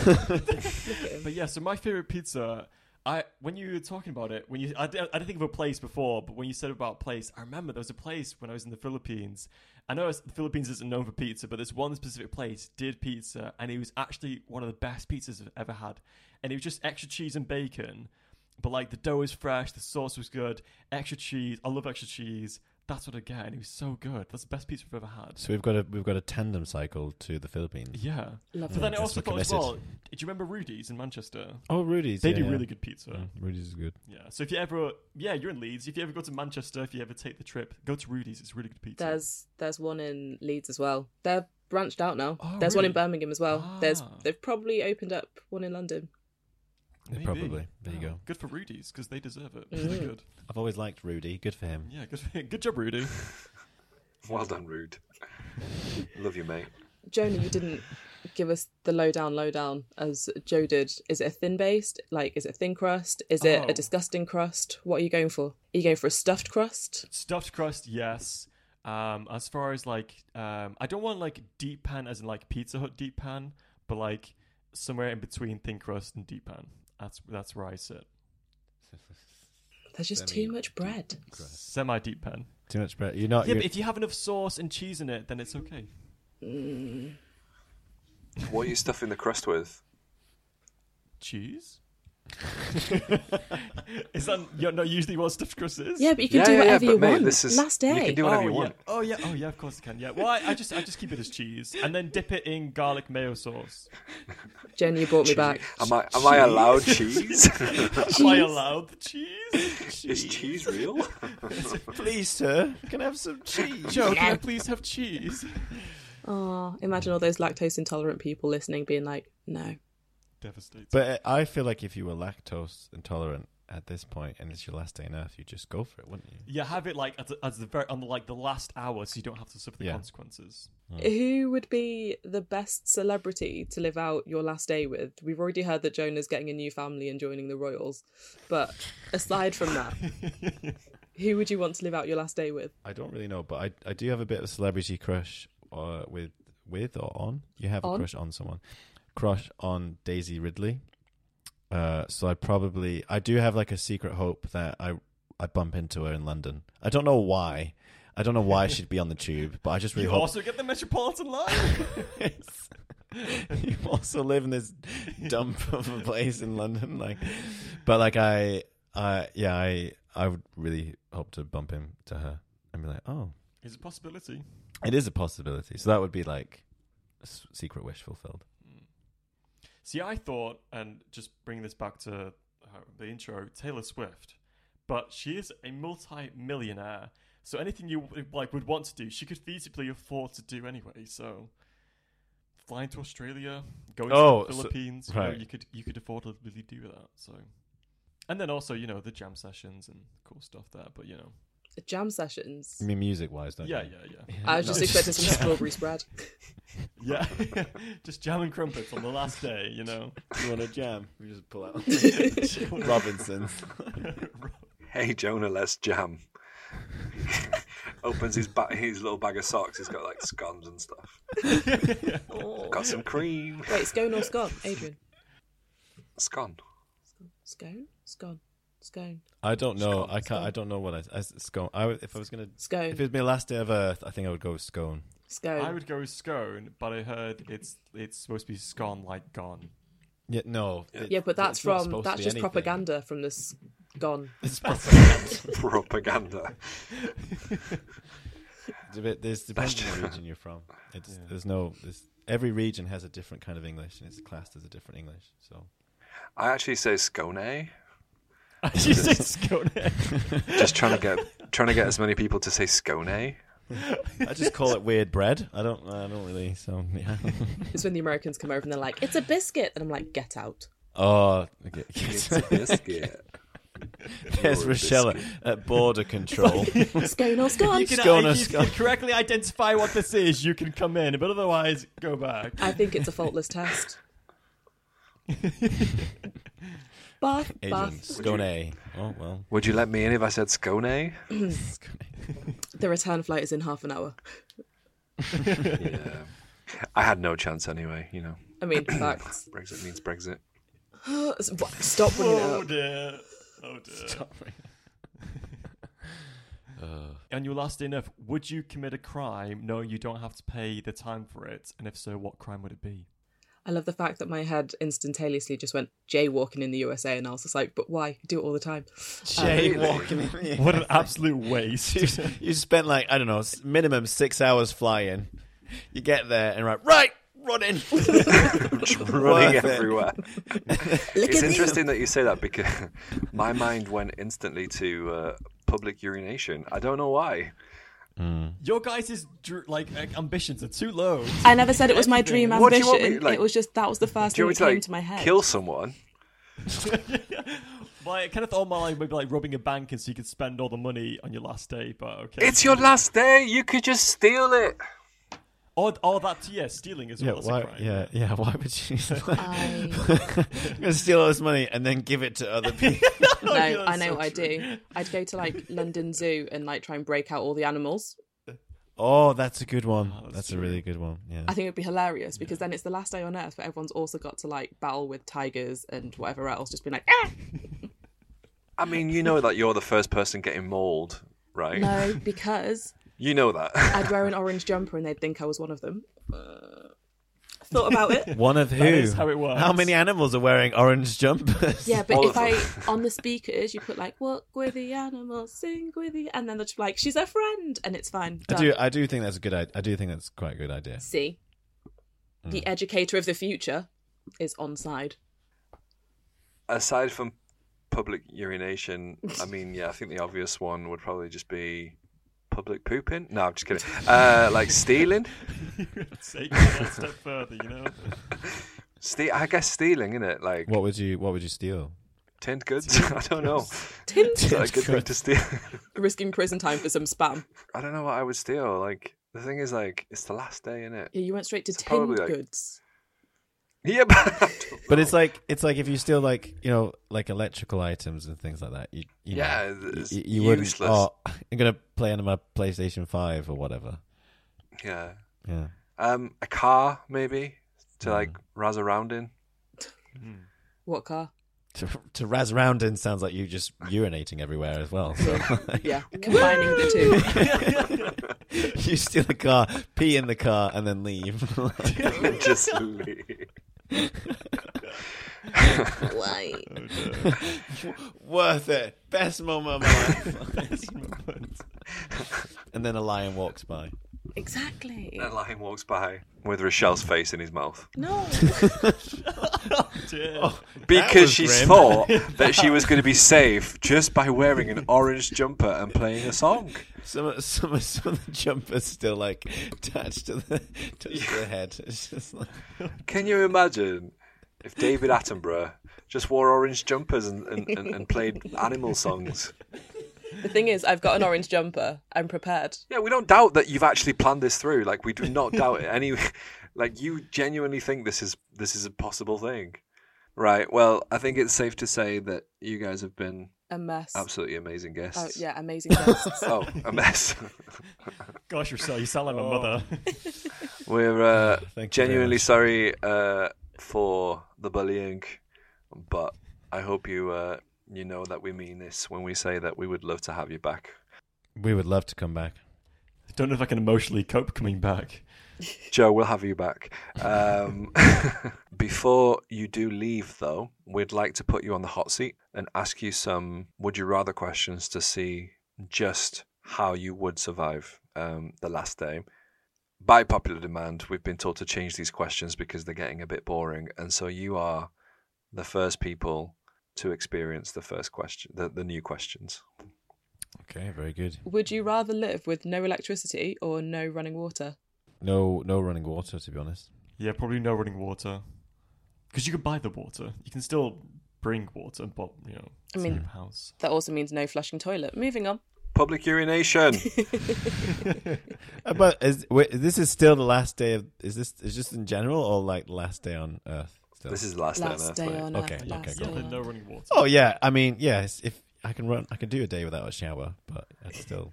[SPEAKER 7] But yeah, so my favorite pizza. I when you were talking about it, when you I, di- I didn't think of a place before, but when you said about place, I remember there was a place when I was in the Philippines. I know it's, the Philippines isn't known for pizza, but this one specific place did pizza, and it was actually one of the best pizzas I've ever had. And it was just extra cheese and bacon, but like the dough was fresh, the sauce was good, extra cheese. I love extra cheese. That's what I get, and it was so good. That's the best pizza I've ever had.
[SPEAKER 6] so we've got a we've got a tandem cycle to the Philippines.
[SPEAKER 7] Yeah,
[SPEAKER 3] Lovely.
[SPEAKER 7] but then I
[SPEAKER 6] That's
[SPEAKER 7] also
[SPEAKER 6] what
[SPEAKER 7] thought as
[SPEAKER 6] committed.
[SPEAKER 7] well. Do you remember Rudy's in Manchester?
[SPEAKER 6] Oh, Rudy's.
[SPEAKER 7] They
[SPEAKER 6] yeah,
[SPEAKER 7] do
[SPEAKER 6] yeah.
[SPEAKER 7] really good pizza.
[SPEAKER 6] Yeah, Rudy's is good.
[SPEAKER 7] Yeah. So if you ever, yeah, you're in Leeds. If you ever go to Manchester, if you ever take the trip, go to Rudy's. It's really good pizza.
[SPEAKER 3] There's there's one in Leeds as well. They're branched out now.
[SPEAKER 7] Oh,
[SPEAKER 3] there's one in
[SPEAKER 7] really?
[SPEAKER 3] Birmingham as well. There's
[SPEAKER 7] Ah.
[SPEAKER 3] they've probably opened up one in London.
[SPEAKER 6] Yeah, probably. There you go.
[SPEAKER 7] Good for Rudy's because they deserve it. They're good.
[SPEAKER 6] I've always liked Rudy. Good for him.
[SPEAKER 7] Yeah. Good. For, good
[SPEAKER 6] <laughs>
[SPEAKER 7] job, Rudy.
[SPEAKER 4] well done, Rude. Love you, mate.
[SPEAKER 3] Jonah, you didn't give us the lowdown lowdown as Joe did. Is it a thin based? Like is it a thin crust? Is it
[SPEAKER 7] Oh.
[SPEAKER 3] a disgusting crust? What are you going for? Are you going for a stuffed crust?
[SPEAKER 7] Stuffed crust, yes. Um, as far as like, um, I don't want like deep pan as in like Pizza Hut deep pan, but like somewhere in between thin crust and deep pan. That's that's where I sit.
[SPEAKER 3] There's just too much bread.
[SPEAKER 7] Semi deep pan.
[SPEAKER 6] Too much bread. You're not.
[SPEAKER 7] Yeah,
[SPEAKER 6] Uh, you're-
[SPEAKER 7] but if you have enough sauce and cheese in it, then it's okay.
[SPEAKER 4] What are you stuffing the crust with?
[SPEAKER 7] cheese? <laughs> is that you're not usually what stuffed crust is?
[SPEAKER 3] Yeah, but you can do whatever you
[SPEAKER 4] mate,
[SPEAKER 3] want.
[SPEAKER 4] this is
[SPEAKER 3] Last day.
[SPEAKER 4] You can do
[SPEAKER 7] Oh
[SPEAKER 4] whatever
[SPEAKER 7] yeah.
[SPEAKER 4] you want.
[SPEAKER 7] oh yeah, oh yeah, of course I can. Yeah, well, I, I just I just keep it as cheese and then dip it in garlic mayo sauce.
[SPEAKER 3] Jenny, you brought me back.
[SPEAKER 4] Am I am I allowed cheese?
[SPEAKER 7] Am I allowed the cheese?
[SPEAKER 4] <laughs> Is cheese real?
[SPEAKER 6] Please, sir, can I have some cheese?
[SPEAKER 7] Joe, can I please have cheese?
[SPEAKER 3] Oh, imagine all those lactose intolerant people listening, being like, "No,
[SPEAKER 7] Devastating.
[SPEAKER 6] But uh, I feel like if you were lactose intolerant at this point, and it's your last day on Earth, you'd just go for it, wouldn't you?
[SPEAKER 7] yeah, have it like as, as the very on the, like the last hour, so you don't have to suffer the
[SPEAKER 6] Yeah.
[SPEAKER 7] consequences.
[SPEAKER 3] Who would be the best celebrity to live out your last day with? We've already heard that Jonah's getting a new family and joining the Royals. But aside from
[SPEAKER 6] <laughs>
[SPEAKER 3] that, who would you want to live out your last day with?
[SPEAKER 6] I don't really know, but I I do have a bit of a celebrity crush uh, with with or on. You have a
[SPEAKER 3] On?
[SPEAKER 6] crush on someone. Crush on Daisy Ridley. Uh, so I probably I do have like a secret hope that I I bump into her in London. I don't know why. I don't know why she'd be on the tube, but I just really
[SPEAKER 7] You
[SPEAKER 6] hope
[SPEAKER 7] also get the Metropolitan <laughs> line.
[SPEAKER 6] <laughs> you also live in this dump of a place in London, like, but like I, I yeah, I, I would really hope to bump him to her and be like, oh,
[SPEAKER 7] Is a possibility.
[SPEAKER 6] it is a possibility. So that would be like a s- secret wish fulfilled.
[SPEAKER 7] See, I thought, and just bringing this back to uh, the intro, Taylor Swift, but she is a multi-millionaire, so anything you like would want to do, she could feasibly afford to do anyway. So, flying to Australia, going
[SPEAKER 6] Oh,
[SPEAKER 7] to
[SPEAKER 6] so-
[SPEAKER 7] the Philippines, you, know,
[SPEAKER 6] right.
[SPEAKER 7] you could you could affordably do that. So, and then also you know the jam sessions and cool stuff there. But you know,
[SPEAKER 3] Jam sessions.
[SPEAKER 6] I mean, music wise, don't
[SPEAKER 7] yeah,
[SPEAKER 6] you?
[SPEAKER 7] yeah, yeah,
[SPEAKER 3] I was just
[SPEAKER 6] No,
[SPEAKER 3] expecting some strawberry spread.
[SPEAKER 7] yeah, <laughs> just jam and crumpets on the last day.
[SPEAKER 6] <laughs>
[SPEAKER 7] You know, <laughs>
[SPEAKER 6] You want to jam? We just pull out Robinson's.
[SPEAKER 4] <laughs> hey Jonah, let's jam. <laughs> Opens his ba- his little bag of socks. He's got like scones and stuff. Got some cream.
[SPEAKER 3] Wait, scone or scone? Adrian.
[SPEAKER 4] Scone. <laughs>
[SPEAKER 3] Scone? Scone. Scone.
[SPEAKER 6] I don't know. I can't. I don't know what I, I s- scone. I, would- if I was gonna,
[SPEAKER 3] Scone.
[SPEAKER 6] if it was my last day of Earth, I think I would go with scone.
[SPEAKER 3] Scone.
[SPEAKER 7] I would go with scone, but I heard it's it's supposed to be scone like gone.
[SPEAKER 6] Yeah, no. it-
[SPEAKER 3] yeah, but that's
[SPEAKER 6] it's not
[SPEAKER 3] from
[SPEAKER 6] supposed to
[SPEAKER 3] that's
[SPEAKER 6] be
[SPEAKER 3] just
[SPEAKER 6] anything.
[SPEAKER 3] propaganda from this gone.
[SPEAKER 6] It's <laughs> propaganda.
[SPEAKER 4] Propaganda.
[SPEAKER 6] <laughs> It's a bit- there's- depends on the region you're from. It's, There's no. There's,
[SPEAKER 8] every region has a different kind of English, and it's classed as a different English. So
[SPEAKER 4] I actually say scone.
[SPEAKER 7] <laughs> you say <laughs> scone.
[SPEAKER 4] Just trying to get trying to get as many people to say <laughs> scone.
[SPEAKER 8] I just call it weird bread. I don't. I don't really. So yeah.
[SPEAKER 3] It's when the Americans come over and they're like, "It's a biscuit," and I'm like, "Get out."
[SPEAKER 6] <laughs>
[SPEAKER 8] oh, okay.
[SPEAKER 4] biscuit.
[SPEAKER 8] there's
[SPEAKER 4] You're a
[SPEAKER 8] Rochella
[SPEAKER 4] biscuit.
[SPEAKER 8] at <laughs> border control.
[SPEAKER 3] Scone or scone?
[SPEAKER 7] You can,
[SPEAKER 8] Scone or
[SPEAKER 7] if you
[SPEAKER 8] scone.
[SPEAKER 7] can correctly identify what this is, you can come in, but otherwise, go back.
[SPEAKER 3] I think it's a faultless test.
[SPEAKER 4] <laughs>
[SPEAKER 3] Bath,
[SPEAKER 8] Asian
[SPEAKER 3] bath.
[SPEAKER 8] scone. Oh well.
[SPEAKER 4] Would you let me in if I said scone?
[SPEAKER 3] The return flight is in half an hour.
[SPEAKER 4] Yeah. I had no chance anyway. You know,
[SPEAKER 3] I
[SPEAKER 4] <coughs>
[SPEAKER 3] mean, facts.
[SPEAKER 4] Brexit means Brexit.
[SPEAKER 3] S- what- Stop bringing it
[SPEAKER 7] <laughs> Oh
[SPEAKER 3] up.
[SPEAKER 7] dear. Oh dear. <laughs> On your last enough, would you commit a crime knowing you don't have to pay the time for it? And if so, what crime would it be?
[SPEAKER 3] I love the fact that my head instantaneously just went jaywalking in the USA, and I was just like, "But why? I do it all the time." Um,
[SPEAKER 4] <laughs>
[SPEAKER 8] Jay walking.
[SPEAKER 7] What an absolute
[SPEAKER 8] <laughs>
[SPEAKER 7] waste.
[SPEAKER 8] you spent like I don't know s- minimum six hours flying. You get there and right, right, running.
[SPEAKER 4] running
[SPEAKER 8] Worth it.
[SPEAKER 4] everywhere.
[SPEAKER 3] Look
[SPEAKER 4] it's
[SPEAKER 3] at me.
[SPEAKER 4] interesting that you say that because <laughs> my mind went instantly to uh, public urination. I don't know why.
[SPEAKER 7] Your guys' dr- like uh, ambitions are too low.
[SPEAKER 3] I never said it was my dream
[SPEAKER 4] What do you
[SPEAKER 3] ambition.
[SPEAKER 4] want me- like-
[SPEAKER 3] it was just that was the first
[SPEAKER 4] Do you
[SPEAKER 3] thing
[SPEAKER 4] want me
[SPEAKER 3] that
[SPEAKER 4] to
[SPEAKER 3] came
[SPEAKER 4] like
[SPEAKER 3] to my head.
[SPEAKER 4] kill someone?
[SPEAKER 7] Like, kind of thought my like maybe like robbing a bank and so you could spend all the money on your last day. But okay,
[SPEAKER 4] It's your last day. You could just steal it.
[SPEAKER 7] or, or that yeah, stealing as well. That's a crime.
[SPEAKER 8] yeah. Why would you? <laughs> I'm gonna steal all this money and then give it to other people.
[SPEAKER 3] no,
[SPEAKER 4] <laughs>
[SPEAKER 7] yeah, that's
[SPEAKER 3] I know
[SPEAKER 7] so
[SPEAKER 3] what I
[SPEAKER 7] true.
[SPEAKER 3] do. I'd go to like London Zoo and like try and break out all the animals.
[SPEAKER 8] oh, that's a good one.
[SPEAKER 7] that's
[SPEAKER 8] that's a really good one. Yeah.
[SPEAKER 3] I think it'd be hilarious because then it's the last day on Earth, but everyone's also got to like battle with tigers and whatever else. Just be like, ah!
[SPEAKER 4] I mean, you know that you're the first person getting mauled,
[SPEAKER 3] <laughs>
[SPEAKER 4] right?
[SPEAKER 3] no, because
[SPEAKER 4] You know that. <laughs>
[SPEAKER 3] I'd wear an orange jumper and they'd think I was one of them. Uh, thought about
[SPEAKER 8] <laughs>
[SPEAKER 3] it.
[SPEAKER 8] One of who?
[SPEAKER 7] is how it works.
[SPEAKER 8] How many animals are wearing orange jumpers?
[SPEAKER 3] Yeah, but
[SPEAKER 4] All
[SPEAKER 3] if
[SPEAKER 4] of
[SPEAKER 3] I
[SPEAKER 4] them.
[SPEAKER 3] on the speakers, you put like "Walk with the animals, sing with the," and then they're just like, "She's a friend," and it's fine.
[SPEAKER 8] <laughs> I
[SPEAKER 3] Done.
[SPEAKER 8] do. I do think that's a good. I, I do think that's quite a good idea.
[SPEAKER 3] See, the educator of the future is on <laughs> side.
[SPEAKER 4] Aside from public urination, I mean, yeah, I think the obvious one would probably just be public pooping. No, I'm just kidding. Uh, like stealing.
[SPEAKER 7] <laughs> Take it one step further, you know.
[SPEAKER 4] Ste- I guess stealing, isn't it? Like
[SPEAKER 8] What would you? What would you steal?
[SPEAKER 4] tinned goods. <laughs> I don't know. Is
[SPEAKER 3] Tint
[SPEAKER 4] that a good thing to steal? <laughs>
[SPEAKER 3] risking prison time for some spam.
[SPEAKER 4] I don't know what I would steal. Like the thing is, like it's the last day, isn't it?
[SPEAKER 3] Yeah, you went straight to tinned
[SPEAKER 4] probably, like-
[SPEAKER 3] goods.
[SPEAKER 4] Yeah, but <laughs>
[SPEAKER 8] But it's like it's like if you steal like you know like electrical items and things like that. You, you know,
[SPEAKER 4] Yeah,
[SPEAKER 8] y-
[SPEAKER 4] it's
[SPEAKER 8] y- you wouldn't.
[SPEAKER 4] useless.
[SPEAKER 8] Oh, <laughs> I'm gonna play on my PlayStation Five or whatever.
[SPEAKER 4] yeah,
[SPEAKER 8] Yeah.
[SPEAKER 4] um, a car maybe to like razz around in. <laughs>
[SPEAKER 3] What car?
[SPEAKER 8] To, to razz around in sounds like you just urinating everywhere as <laughs> well. So
[SPEAKER 3] Yeah, <laughs> combining the two.
[SPEAKER 8] you steal a car, pee in the car, and then leave. <laughs>
[SPEAKER 4] Just leave.
[SPEAKER 3] Why?
[SPEAKER 8] Worth it. Best moment of my life. <laughs> and then a lion walks by.
[SPEAKER 3] <laughs> Exactly.
[SPEAKER 4] That lion walks by with Rochelle's face in his mouth
[SPEAKER 3] No.
[SPEAKER 4] because she
[SPEAKER 8] grim.
[SPEAKER 4] thought that she was going to be safe just by wearing an orange jumper and playing a song.
[SPEAKER 8] Some some some of the jumpers still like attached to the attached to the head. <laughs> It's just like
[SPEAKER 4] Can you imagine if David Attenborough just wore orange jumpers and, and, and, and played animal songs?
[SPEAKER 3] The thing is, I've got an orange jumper. I'm prepared.
[SPEAKER 4] Yeah, we don't doubt that you've actually planned this through. Like we do not doubt it. Any, <laughs> like you genuinely think this is this is a possible thing, right? Well, I think it's safe to say that you guys have been
[SPEAKER 3] A mess.
[SPEAKER 4] absolutely amazing guests.
[SPEAKER 3] Oh yeah, amazing guests. <laughs>
[SPEAKER 4] Oh, a mess. <laughs>
[SPEAKER 7] Gosh, Rochelle, you sound like my mother.
[SPEAKER 4] We're uh,
[SPEAKER 8] very
[SPEAKER 4] genuinely
[SPEAKER 8] much.
[SPEAKER 4] sorry uh, for the bullying, but I hope you uh, you know that we mean this when we say that we would love to have you back.
[SPEAKER 8] we would love to come back.
[SPEAKER 7] Don't know if I can emotionally cope coming back.
[SPEAKER 4] Joe, we'll have you back. Um, <laughs> before you do leave, though, we'd like to put you on the hot seat and ask you some would you rather questions to see just how you would survive um, the last day. by popular demand, we've been told to change these questions because they're getting a bit boring. And so you are the first people to experience the first question, the, the new questions.
[SPEAKER 8] Okay, very good.
[SPEAKER 3] Would you rather live with no electricity or no running water?
[SPEAKER 8] No, no running water, to be honest.
[SPEAKER 7] Yeah, probably no running water. Because you can buy the water. You can still bring water, but, you know,
[SPEAKER 3] I
[SPEAKER 7] it's in
[SPEAKER 3] mean-
[SPEAKER 7] your house.
[SPEAKER 3] That also means no flushing toilet. Moving on.
[SPEAKER 4] Public <laughs> urination.
[SPEAKER 8] Uh, but is, wait, this is still the last day of. Is this is just in general or like the last day on Earth? Still?
[SPEAKER 4] this is the last,
[SPEAKER 3] Last
[SPEAKER 4] day
[SPEAKER 3] day
[SPEAKER 4] on earth. mate.
[SPEAKER 3] on
[SPEAKER 8] Okay,
[SPEAKER 3] Earth.
[SPEAKER 8] okay,
[SPEAKER 3] Last
[SPEAKER 8] cool.
[SPEAKER 3] day
[SPEAKER 7] Yeah,
[SPEAKER 3] on
[SPEAKER 7] no
[SPEAKER 3] Earth.
[SPEAKER 7] running water.
[SPEAKER 8] Oh yeah, I mean yes. If I can run, I can do a day without a shower, but I still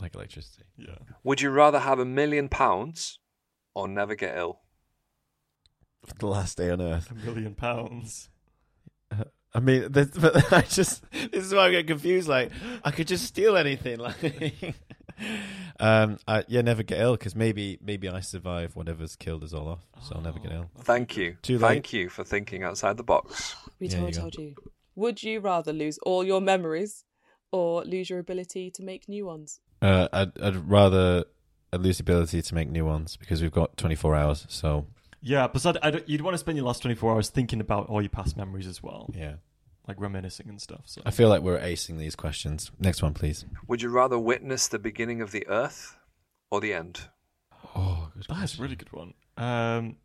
[SPEAKER 8] like electricity.
[SPEAKER 7] Yeah.
[SPEAKER 4] Would you rather have a million pounds or never get ill?
[SPEAKER 8] The last day on Earth.
[SPEAKER 7] A million pounds.
[SPEAKER 8] I mean, this, <laughs> but I just this is why I get confused. Like, I could just steal anything. <laughs> Like, um, I, yeah, never get ill because maybe maybe I survive whatever's killed us all off, so I'll never get ill.
[SPEAKER 4] Thank you.
[SPEAKER 8] Too late.
[SPEAKER 4] Thank you for thinking outside the box.
[SPEAKER 3] We
[SPEAKER 8] Yeah,
[SPEAKER 3] told,
[SPEAKER 8] you go.
[SPEAKER 3] told you. Would you rather lose all your memories or lose your ability to make new ones?
[SPEAKER 8] Uh, I'd, I'd rather i lose the ability to make new ones because we've got 24 hours. So
[SPEAKER 7] Yeah, besides, I don't, you'd want to spend your last 24 hours thinking about all your past memories as well,
[SPEAKER 8] yeah,
[SPEAKER 7] like reminiscing and stuff. So
[SPEAKER 8] I feel like we're acing these questions. Next one, please.
[SPEAKER 4] Would you rather witness the beginning of the earth or the end?
[SPEAKER 8] Oh, good
[SPEAKER 7] That's a really good one. Um,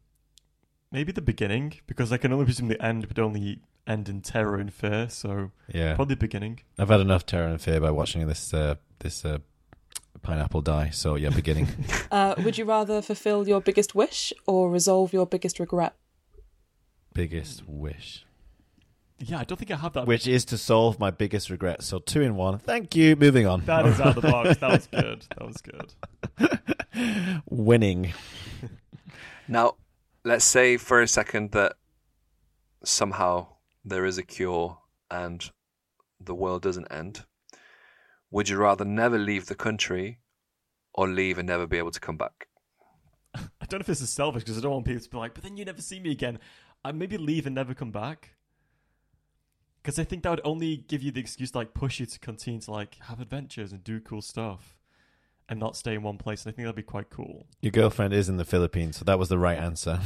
[SPEAKER 7] maybe the beginning, because I can only presume the end would only end in terror and fear, so
[SPEAKER 8] Yeah,
[SPEAKER 7] probably beginning.
[SPEAKER 8] I've had enough terror and fear by watching this uh, this uh, pineapple die. So yeah, <laughs> beginning.
[SPEAKER 3] Uh, would you rather fulfill your biggest wish or resolve your biggest regret?
[SPEAKER 8] biggest wish.
[SPEAKER 7] Yeah, I don't think I have that.
[SPEAKER 8] which is to solve my biggest regret. So two in one. Thank you. Moving on.
[SPEAKER 7] that is out of the <laughs> box. That was good. That was good.
[SPEAKER 8] <laughs> Winning.
[SPEAKER 4] Now, let's say for a second that somehow there is a cure and the world doesn't end. Would you rather never leave the country or leave and never be able to come back?
[SPEAKER 7] I don't know if this is selfish because I don't want people to be like, but then you never see me again. I maybe leave and never come back. Because I think that would only give you the excuse to like push you to continue to like have adventures and do cool stuff and not stay in one place. And I think that'd be quite cool.
[SPEAKER 8] Your girlfriend is in the Philippines, so that was the right answer.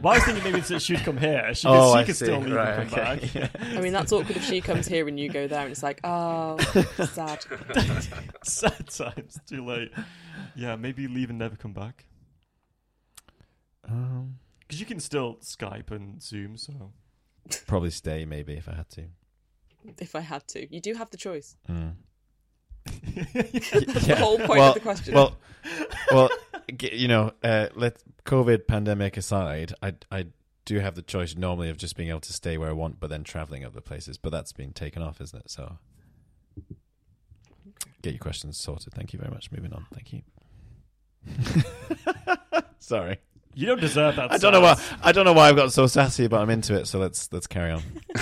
[SPEAKER 7] Well, I was thinking maybe that she'd come here. She could,
[SPEAKER 8] Oh,
[SPEAKER 7] she
[SPEAKER 8] I
[SPEAKER 7] could
[SPEAKER 8] see.
[SPEAKER 7] still leave
[SPEAKER 8] Right,
[SPEAKER 7] and come
[SPEAKER 8] okay. <laughs>
[SPEAKER 7] back.
[SPEAKER 3] I mean, that's awkward if she comes here and you go there and it's like,
[SPEAKER 8] <laughs>
[SPEAKER 3] oh, sad.
[SPEAKER 7] <laughs> Sad times, too late. Yeah, maybe leave and never come back.
[SPEAKER 8] Um,
[SPEAKER 7] Because you can still Skype and Zoom, so.
[SPEAKER 8] probably stay, maybe if I had to.
[SPEAKER 3] If I had to. You do have the choice. <laughs>
[SPEAKER 8] Mm.
[SPEAKER 3] The whole point
[SPEAKER 8] Well,
[SPEAKER 3] of the <laughs> question.
[SPEAKER 8] well, well, g- you know, uh, let COVID pandemic aside, I I do have the choice normally of just being able to stay where I want, but then traveling other places. But that's been taken off, isn't it? So. Get your questions sorted. Thank you very much. Moving on. Thank you. <laughs> Sorry.
[SPEAKER 7] You don't deserve <laughs> that.
[SPEAKER 8] I don't know why I don't know why I've got so sassy, but I'm into it. So let's let's carry on. <laughs>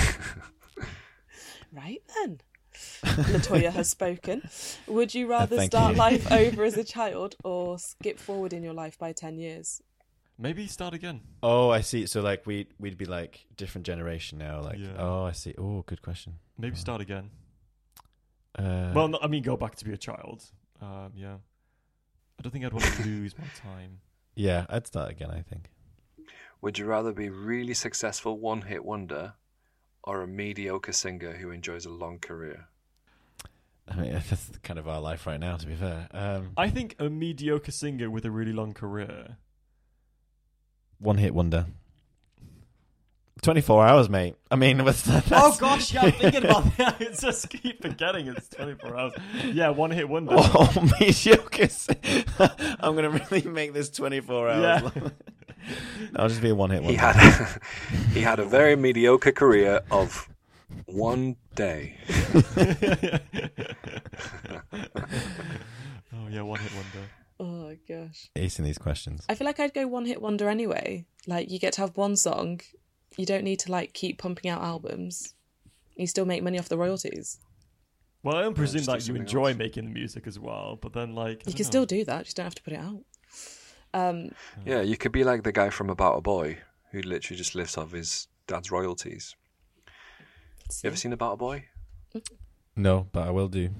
[SPEAKER 3] Right then. Latoya has spoken. Would you rather
[SPEAKER 8] thank
[SPEAKER 3] start
[SPEAKER 8] you. <laughs>
[SPEAKER 3] life over as a child or skip forward in your life by 10 years?
[SPEAKER 7] Maybe start again.
[SPEAKER 8] Oh, I see. So like we we'd be like different generation now. Like
[SPEAKER 7] Yeah.
[SPEAKER 8] oh, I see. Oh, good question.
[SPEAKER 7] Maybe start again.
[SPEAKER 8] Uh,
[SPEAKER 7] Well, no, I mean, go back to be a child. Um, yeah. I don't think I'd want to lose my time.
[SPEAKER 8] yeah, I'd start again. I think.
[SPEAKER 4] Would you rather be really successful one hit wonder or a mediocre singer who enjoys a long career?
[SPEAKER 8] I mean, <laughs> that's kind of our life right now. To be fair, um,
[SPEAKER 7] I think a mediocre singer with a really long career.
[SPEAKER 8] one hit wonder. Twenty four hours, mate. I mean, <laughs> what's that?
[SPEAKER 7] Oh gosh, yeah, <laughs> I'm thinking <laughs> about that. I just keep forgetting it's 24 hours. Yeah, one hit wonder.
[SPEAKER 8] <laughs> Oh, mediocre. <laughs> I'm gonna really make this 24 hours.
[SPEAKER 7] Yeah.
[SPEAKER 8] long. <laughs> I'll just be a one-hit wonder.
[SPEAKER 4] He had a, <laughs> he had a very mediocre career of one day.
[SPEAKER 7] oh yeah, one hit wonder.
[SPEAKER 3] Oh, gosh.
[SPEAKER 8] acing these questions.
[SPEAKER 3] I feel like I'd go one hit wonder anyway. Like, you get to have one song. You don't need to, like, keep pumping out albums. You still make money off the royalties.
[SPEAKER 7] Well, I don't presume
[SPEAKER 4] just do
[SPEAKER 7] that you
[SPEAKER 4] something
[SPEAKER 7] enjoy
[SPEAKER 4] else.
[SPEAKER 7] making the music as well, but then like I
[SPEAKER 3] You can
[SPEAKER 8] Oh.
[SPEAKER 7] don't
[SPEAKER 3] still
[SPEAKER 7] know.
[SPEAKER 3] do that, just don't have to put it out. Um,
[SPEAKER 4] Yeah, you could be like the guy from About a Boy who literally just lives off his dad's royalties. You ever seen About a Boy?
[SPEAKER 8] No, but I will do.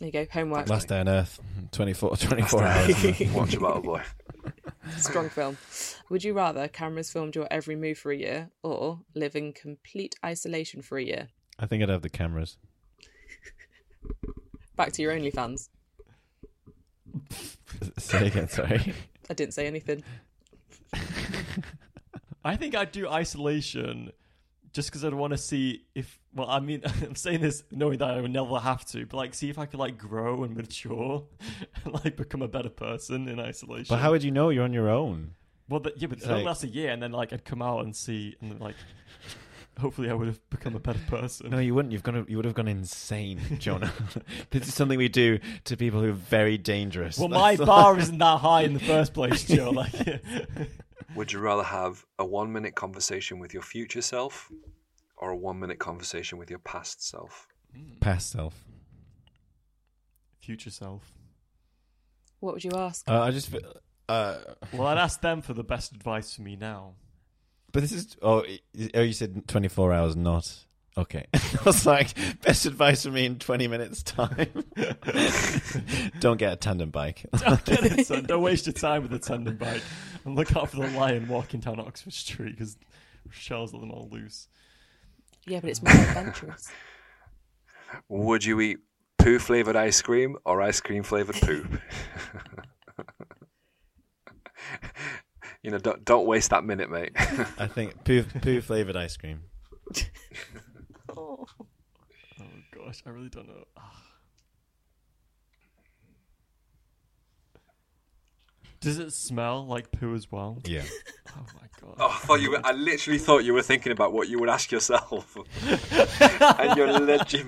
[SPEAKER 9] There you go. Homework.
[SPEAKER 6] Last day on Earth, 24, 24
[SPEAKER 4] Last
[SPEAKER 6] hours.
[SPEAKER 4] day. <laughs> Watch a battle boy.
[SPEAKER 9] Strong film. Would you rather cameras filmed your every move for a year or live in complete isolation for a year?
[SPEAKER 6] I think I'd have the cameras.
[SPEAKER 9] Back to your OnlyFans.
[SPEAKER 6] <laughs> Say again, sorry.
[SPEAKER 9] I didn't say anything.
[SPEAKER 7] I think I'd do isolation just because I'd want to see if, well, I mean, <laughs> I'm saying this knowing that I would never have to, but like, see if I could like grow and mature <laughs> and like become a better person in isolation.
[SPEAKER 6] But how would you know you're on your own?
[SPEAKER 7] Well, but, yeah, but
[SPEAKER 6] It's
[SPEAKER 7] it only
[SPEAKER 6] like-
[SPEAKER 7] lasts a year, and then like I'd come out and see, and then, like, <laughs> hopefully I would have become a better
[SPEAKER 6] <laughs>
[SPEAKER 7] person.
[SPEAKER 6] No, you wouldn't. You've gone. You would have gone insane, <laughs> Jonah. this is something we do to people who are very dangerous.
[SPEAKER 7] well, my
[SPEAKER 6] <laughs> That's all.
[SPEAKER 7] bar isn't that high in the first
[SPEAKER 6] <laughs>
[SPEAKER 7] place, Joe. Like, <laughs>
[SPEAKER 4] Would you rather have a one minute conversation with your future self or a one minute conversation with your past self?
[SPEAKER 6] past self.
[SPEAKER 7] future self.
[SPEAKER 9] What would you ask?
[SPEAKER 6] Uh, I just. fe- Uh,
[SPEAKER 7] Well, I'd ask them for the best advice for me now.
[SPEAKER 6] but this is. Oh, i- oh, you said 24 hours, not.
[SPEAKER 8] <laughs>
[SPEAKER 6] Okay. I was like, best advice for me in 20 minutes'
[SPEAKER 8] <laughs>
[SPEAKER 6] time. Don't get a tandem bike.
[SPEAKER 7] Get it, son. Don't waste your time with a tandem bike. And look out for the lion walking down Oxford Street because Michelle's let them all loose.
[SPEAKER 9] Yeah, but it's more adventurous.
[SPEAKER 4] Would you eat poo flavored ice cream or ice cream flavored <laughs> poop? you know, don't, don't waste that minute, mate.
[SPEAKER 6] I think poo, poo flavored ice cream.
[SPEAKER 9] Oh.
[SPEAKER 7] Oh gosh, I really don't know. Ah. Does it smell like poo as well?
[SPEAKER 6] Yeah.
[SPEAKER 7] Oh my god.
[SPEAKER 4] Oh, I thought you were, I literally thought you were thinking about what you would ask <laughs> yourself, and you're legit,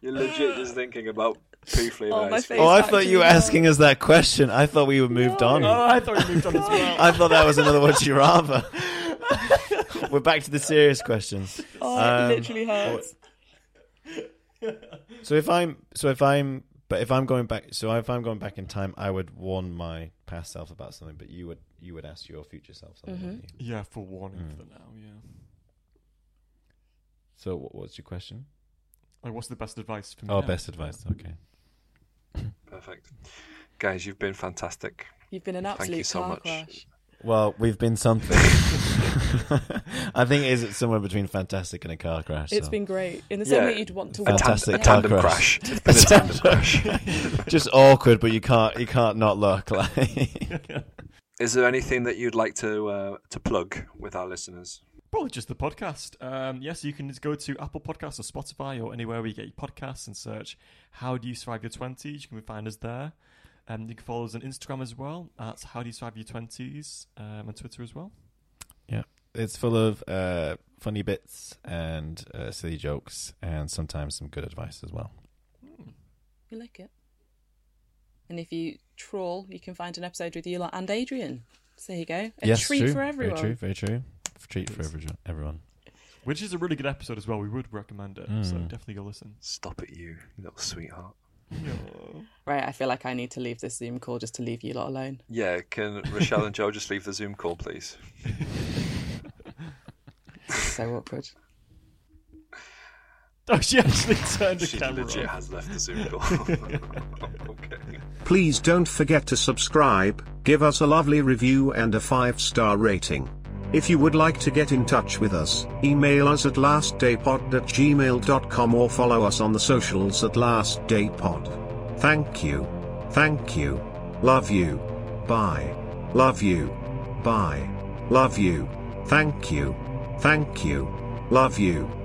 [SPEAKER 4] you're legit just thinking about poo flavored
[SPEAKER 9] Oh, my
[SPEAKER 4] ice cream.
[SPEAKER 6] Oh, I
[SPEAKER 9] It's
[SPEAKER 6] thought you were
[SPEAKER 9] actually
[SPEAKER 6] asking us that question. I thought we were <laughs> moved on.
[SPEAKER 7] Oh, I thought we moved on as well.
[SPEAKER 6] I thought that was another one you rather.
[SPEAKER 9] <laughs>
[SPEAKER 6] We're back to the serious questions.
[SPEAKER 9] <laughs> Oh,
[SPEAKER 6] Um,
[SPEAKER 9] it literally hurts.
[SPEAKER 6] So if I'm, so if I'm, but if I'm going back, so if I'm going back in time, I would warn my past self about something, but you would, you would ask your future self something. wouldn't
[SPEAKER 9] Mm-hmm.
[SPEAKER 6] you?
[SPEAKER 7] Yeah, for warning
[SPEAKER 6] Mm.
[SPEAKER 7] for now, yeah.
[SPEAKER 6] So what was your question?
[SPEAKER 7] Like, what's the best advice for me?
[SPEAKER 6] Oh,
[SPEAKER 7] now?
[SPEAKER 6] best advice. Okay.
[SPEAKER 4] Perfect, guys, you've been fantastic.
[SPEAKER 9] You've been an
[SPEAKER 4] Thank you
[SPEAKER 9] absolute
[SPEAKER 4] so
[SPEAKER 9] car
[SPEAKER 4] much.
[SPEAKER 9] crash.
[SPEAKER 6] Well, we've been something. <laughs> I think is it's somewhere between fantastic and a car crash.
[SPEAKER 9] It's
[SPEAKER 6] so.
[SPEAKER 9] been great. In the same
[SPEAKER 4] Yeah.
[SPEAKER 9] way you'd want to
[SPEAKER 4] A,
[SPEAKER 9] watch.
[SPEAKER 4] tan-
[SPEAKER 6] Fantastic
[SPEAKER 4] a
[SPEAKER 6] car
[SPEAKER 4] tandem
[SPEAKER 6] crash.
[SPEAKER 4] crash. It's been a tandem crash. <laughs>
[SPEAKER 6] just awkward, but you can't, you can't not look <laughs> like.
[SPEAKER 4] Is there anything that you'd like to uh, to plug with our listeners?
[SPEAKER 7] Probably just the podcast. Um, yes, you can just go to Apple Podcasts or Spotify or anywhere where you get your podcasts and search How Do You Survive Your 20s. You can find us there. Um, you can follow us on Instagram as well. That's How Do You Survive Your 20s um, and Twitter as well.
[SPEAKER 6] It's full of uh, funny bits and uh, silly jokes, and sometimes some good advice as well.
[SPEAKER 9] You like it. And if you trawl, you can find an episode with you lot and Adrian. So there you go. A treat for everyone.
[SPEAKER 6] Very true. Very true. Treat for every- everyone.
[SPEAKER 7] Which is a really good episode as well. We would recommend it. So
[SPEAKER 4] Hmm.
[SPEAKER 6] Mm.
[SPEAKER 7] definitely go listen. <laughs>
[SPEAKER 4] Stop at you, you little sweetheart.
[SPEAKER 9] Right, I feel like I need to leave this Zoom call just to leave you lot alone.
[SPEAKER 4] Yeah, can Rochelle and Joe just leave the Zoom call, please?
[SPEAKER 9] So awkward.
[SPEAKER 7] Oh, she actually turned the
[SPEAKER 4] She
[SPEAKER 7] camera
[SPEAKER 4] legit
[SPEAKER 7] off.
[SPEAKER 4] has left the Zoom
[SPEAKER 7] <laughs>
[SPEAKER 4] call. <laughs> okay.
[SPEAKER 2] Please don't forget to subscribe, give us a lovely review and a 5-star rating. If you would like to get in touch with us, email us at lastdaypod at gmail.com or follow us on the socials at lastdaypod. Thank you. Thank you. Love you. Bye. Love you. Bye. Love you. Thank you. Thank you. Love you.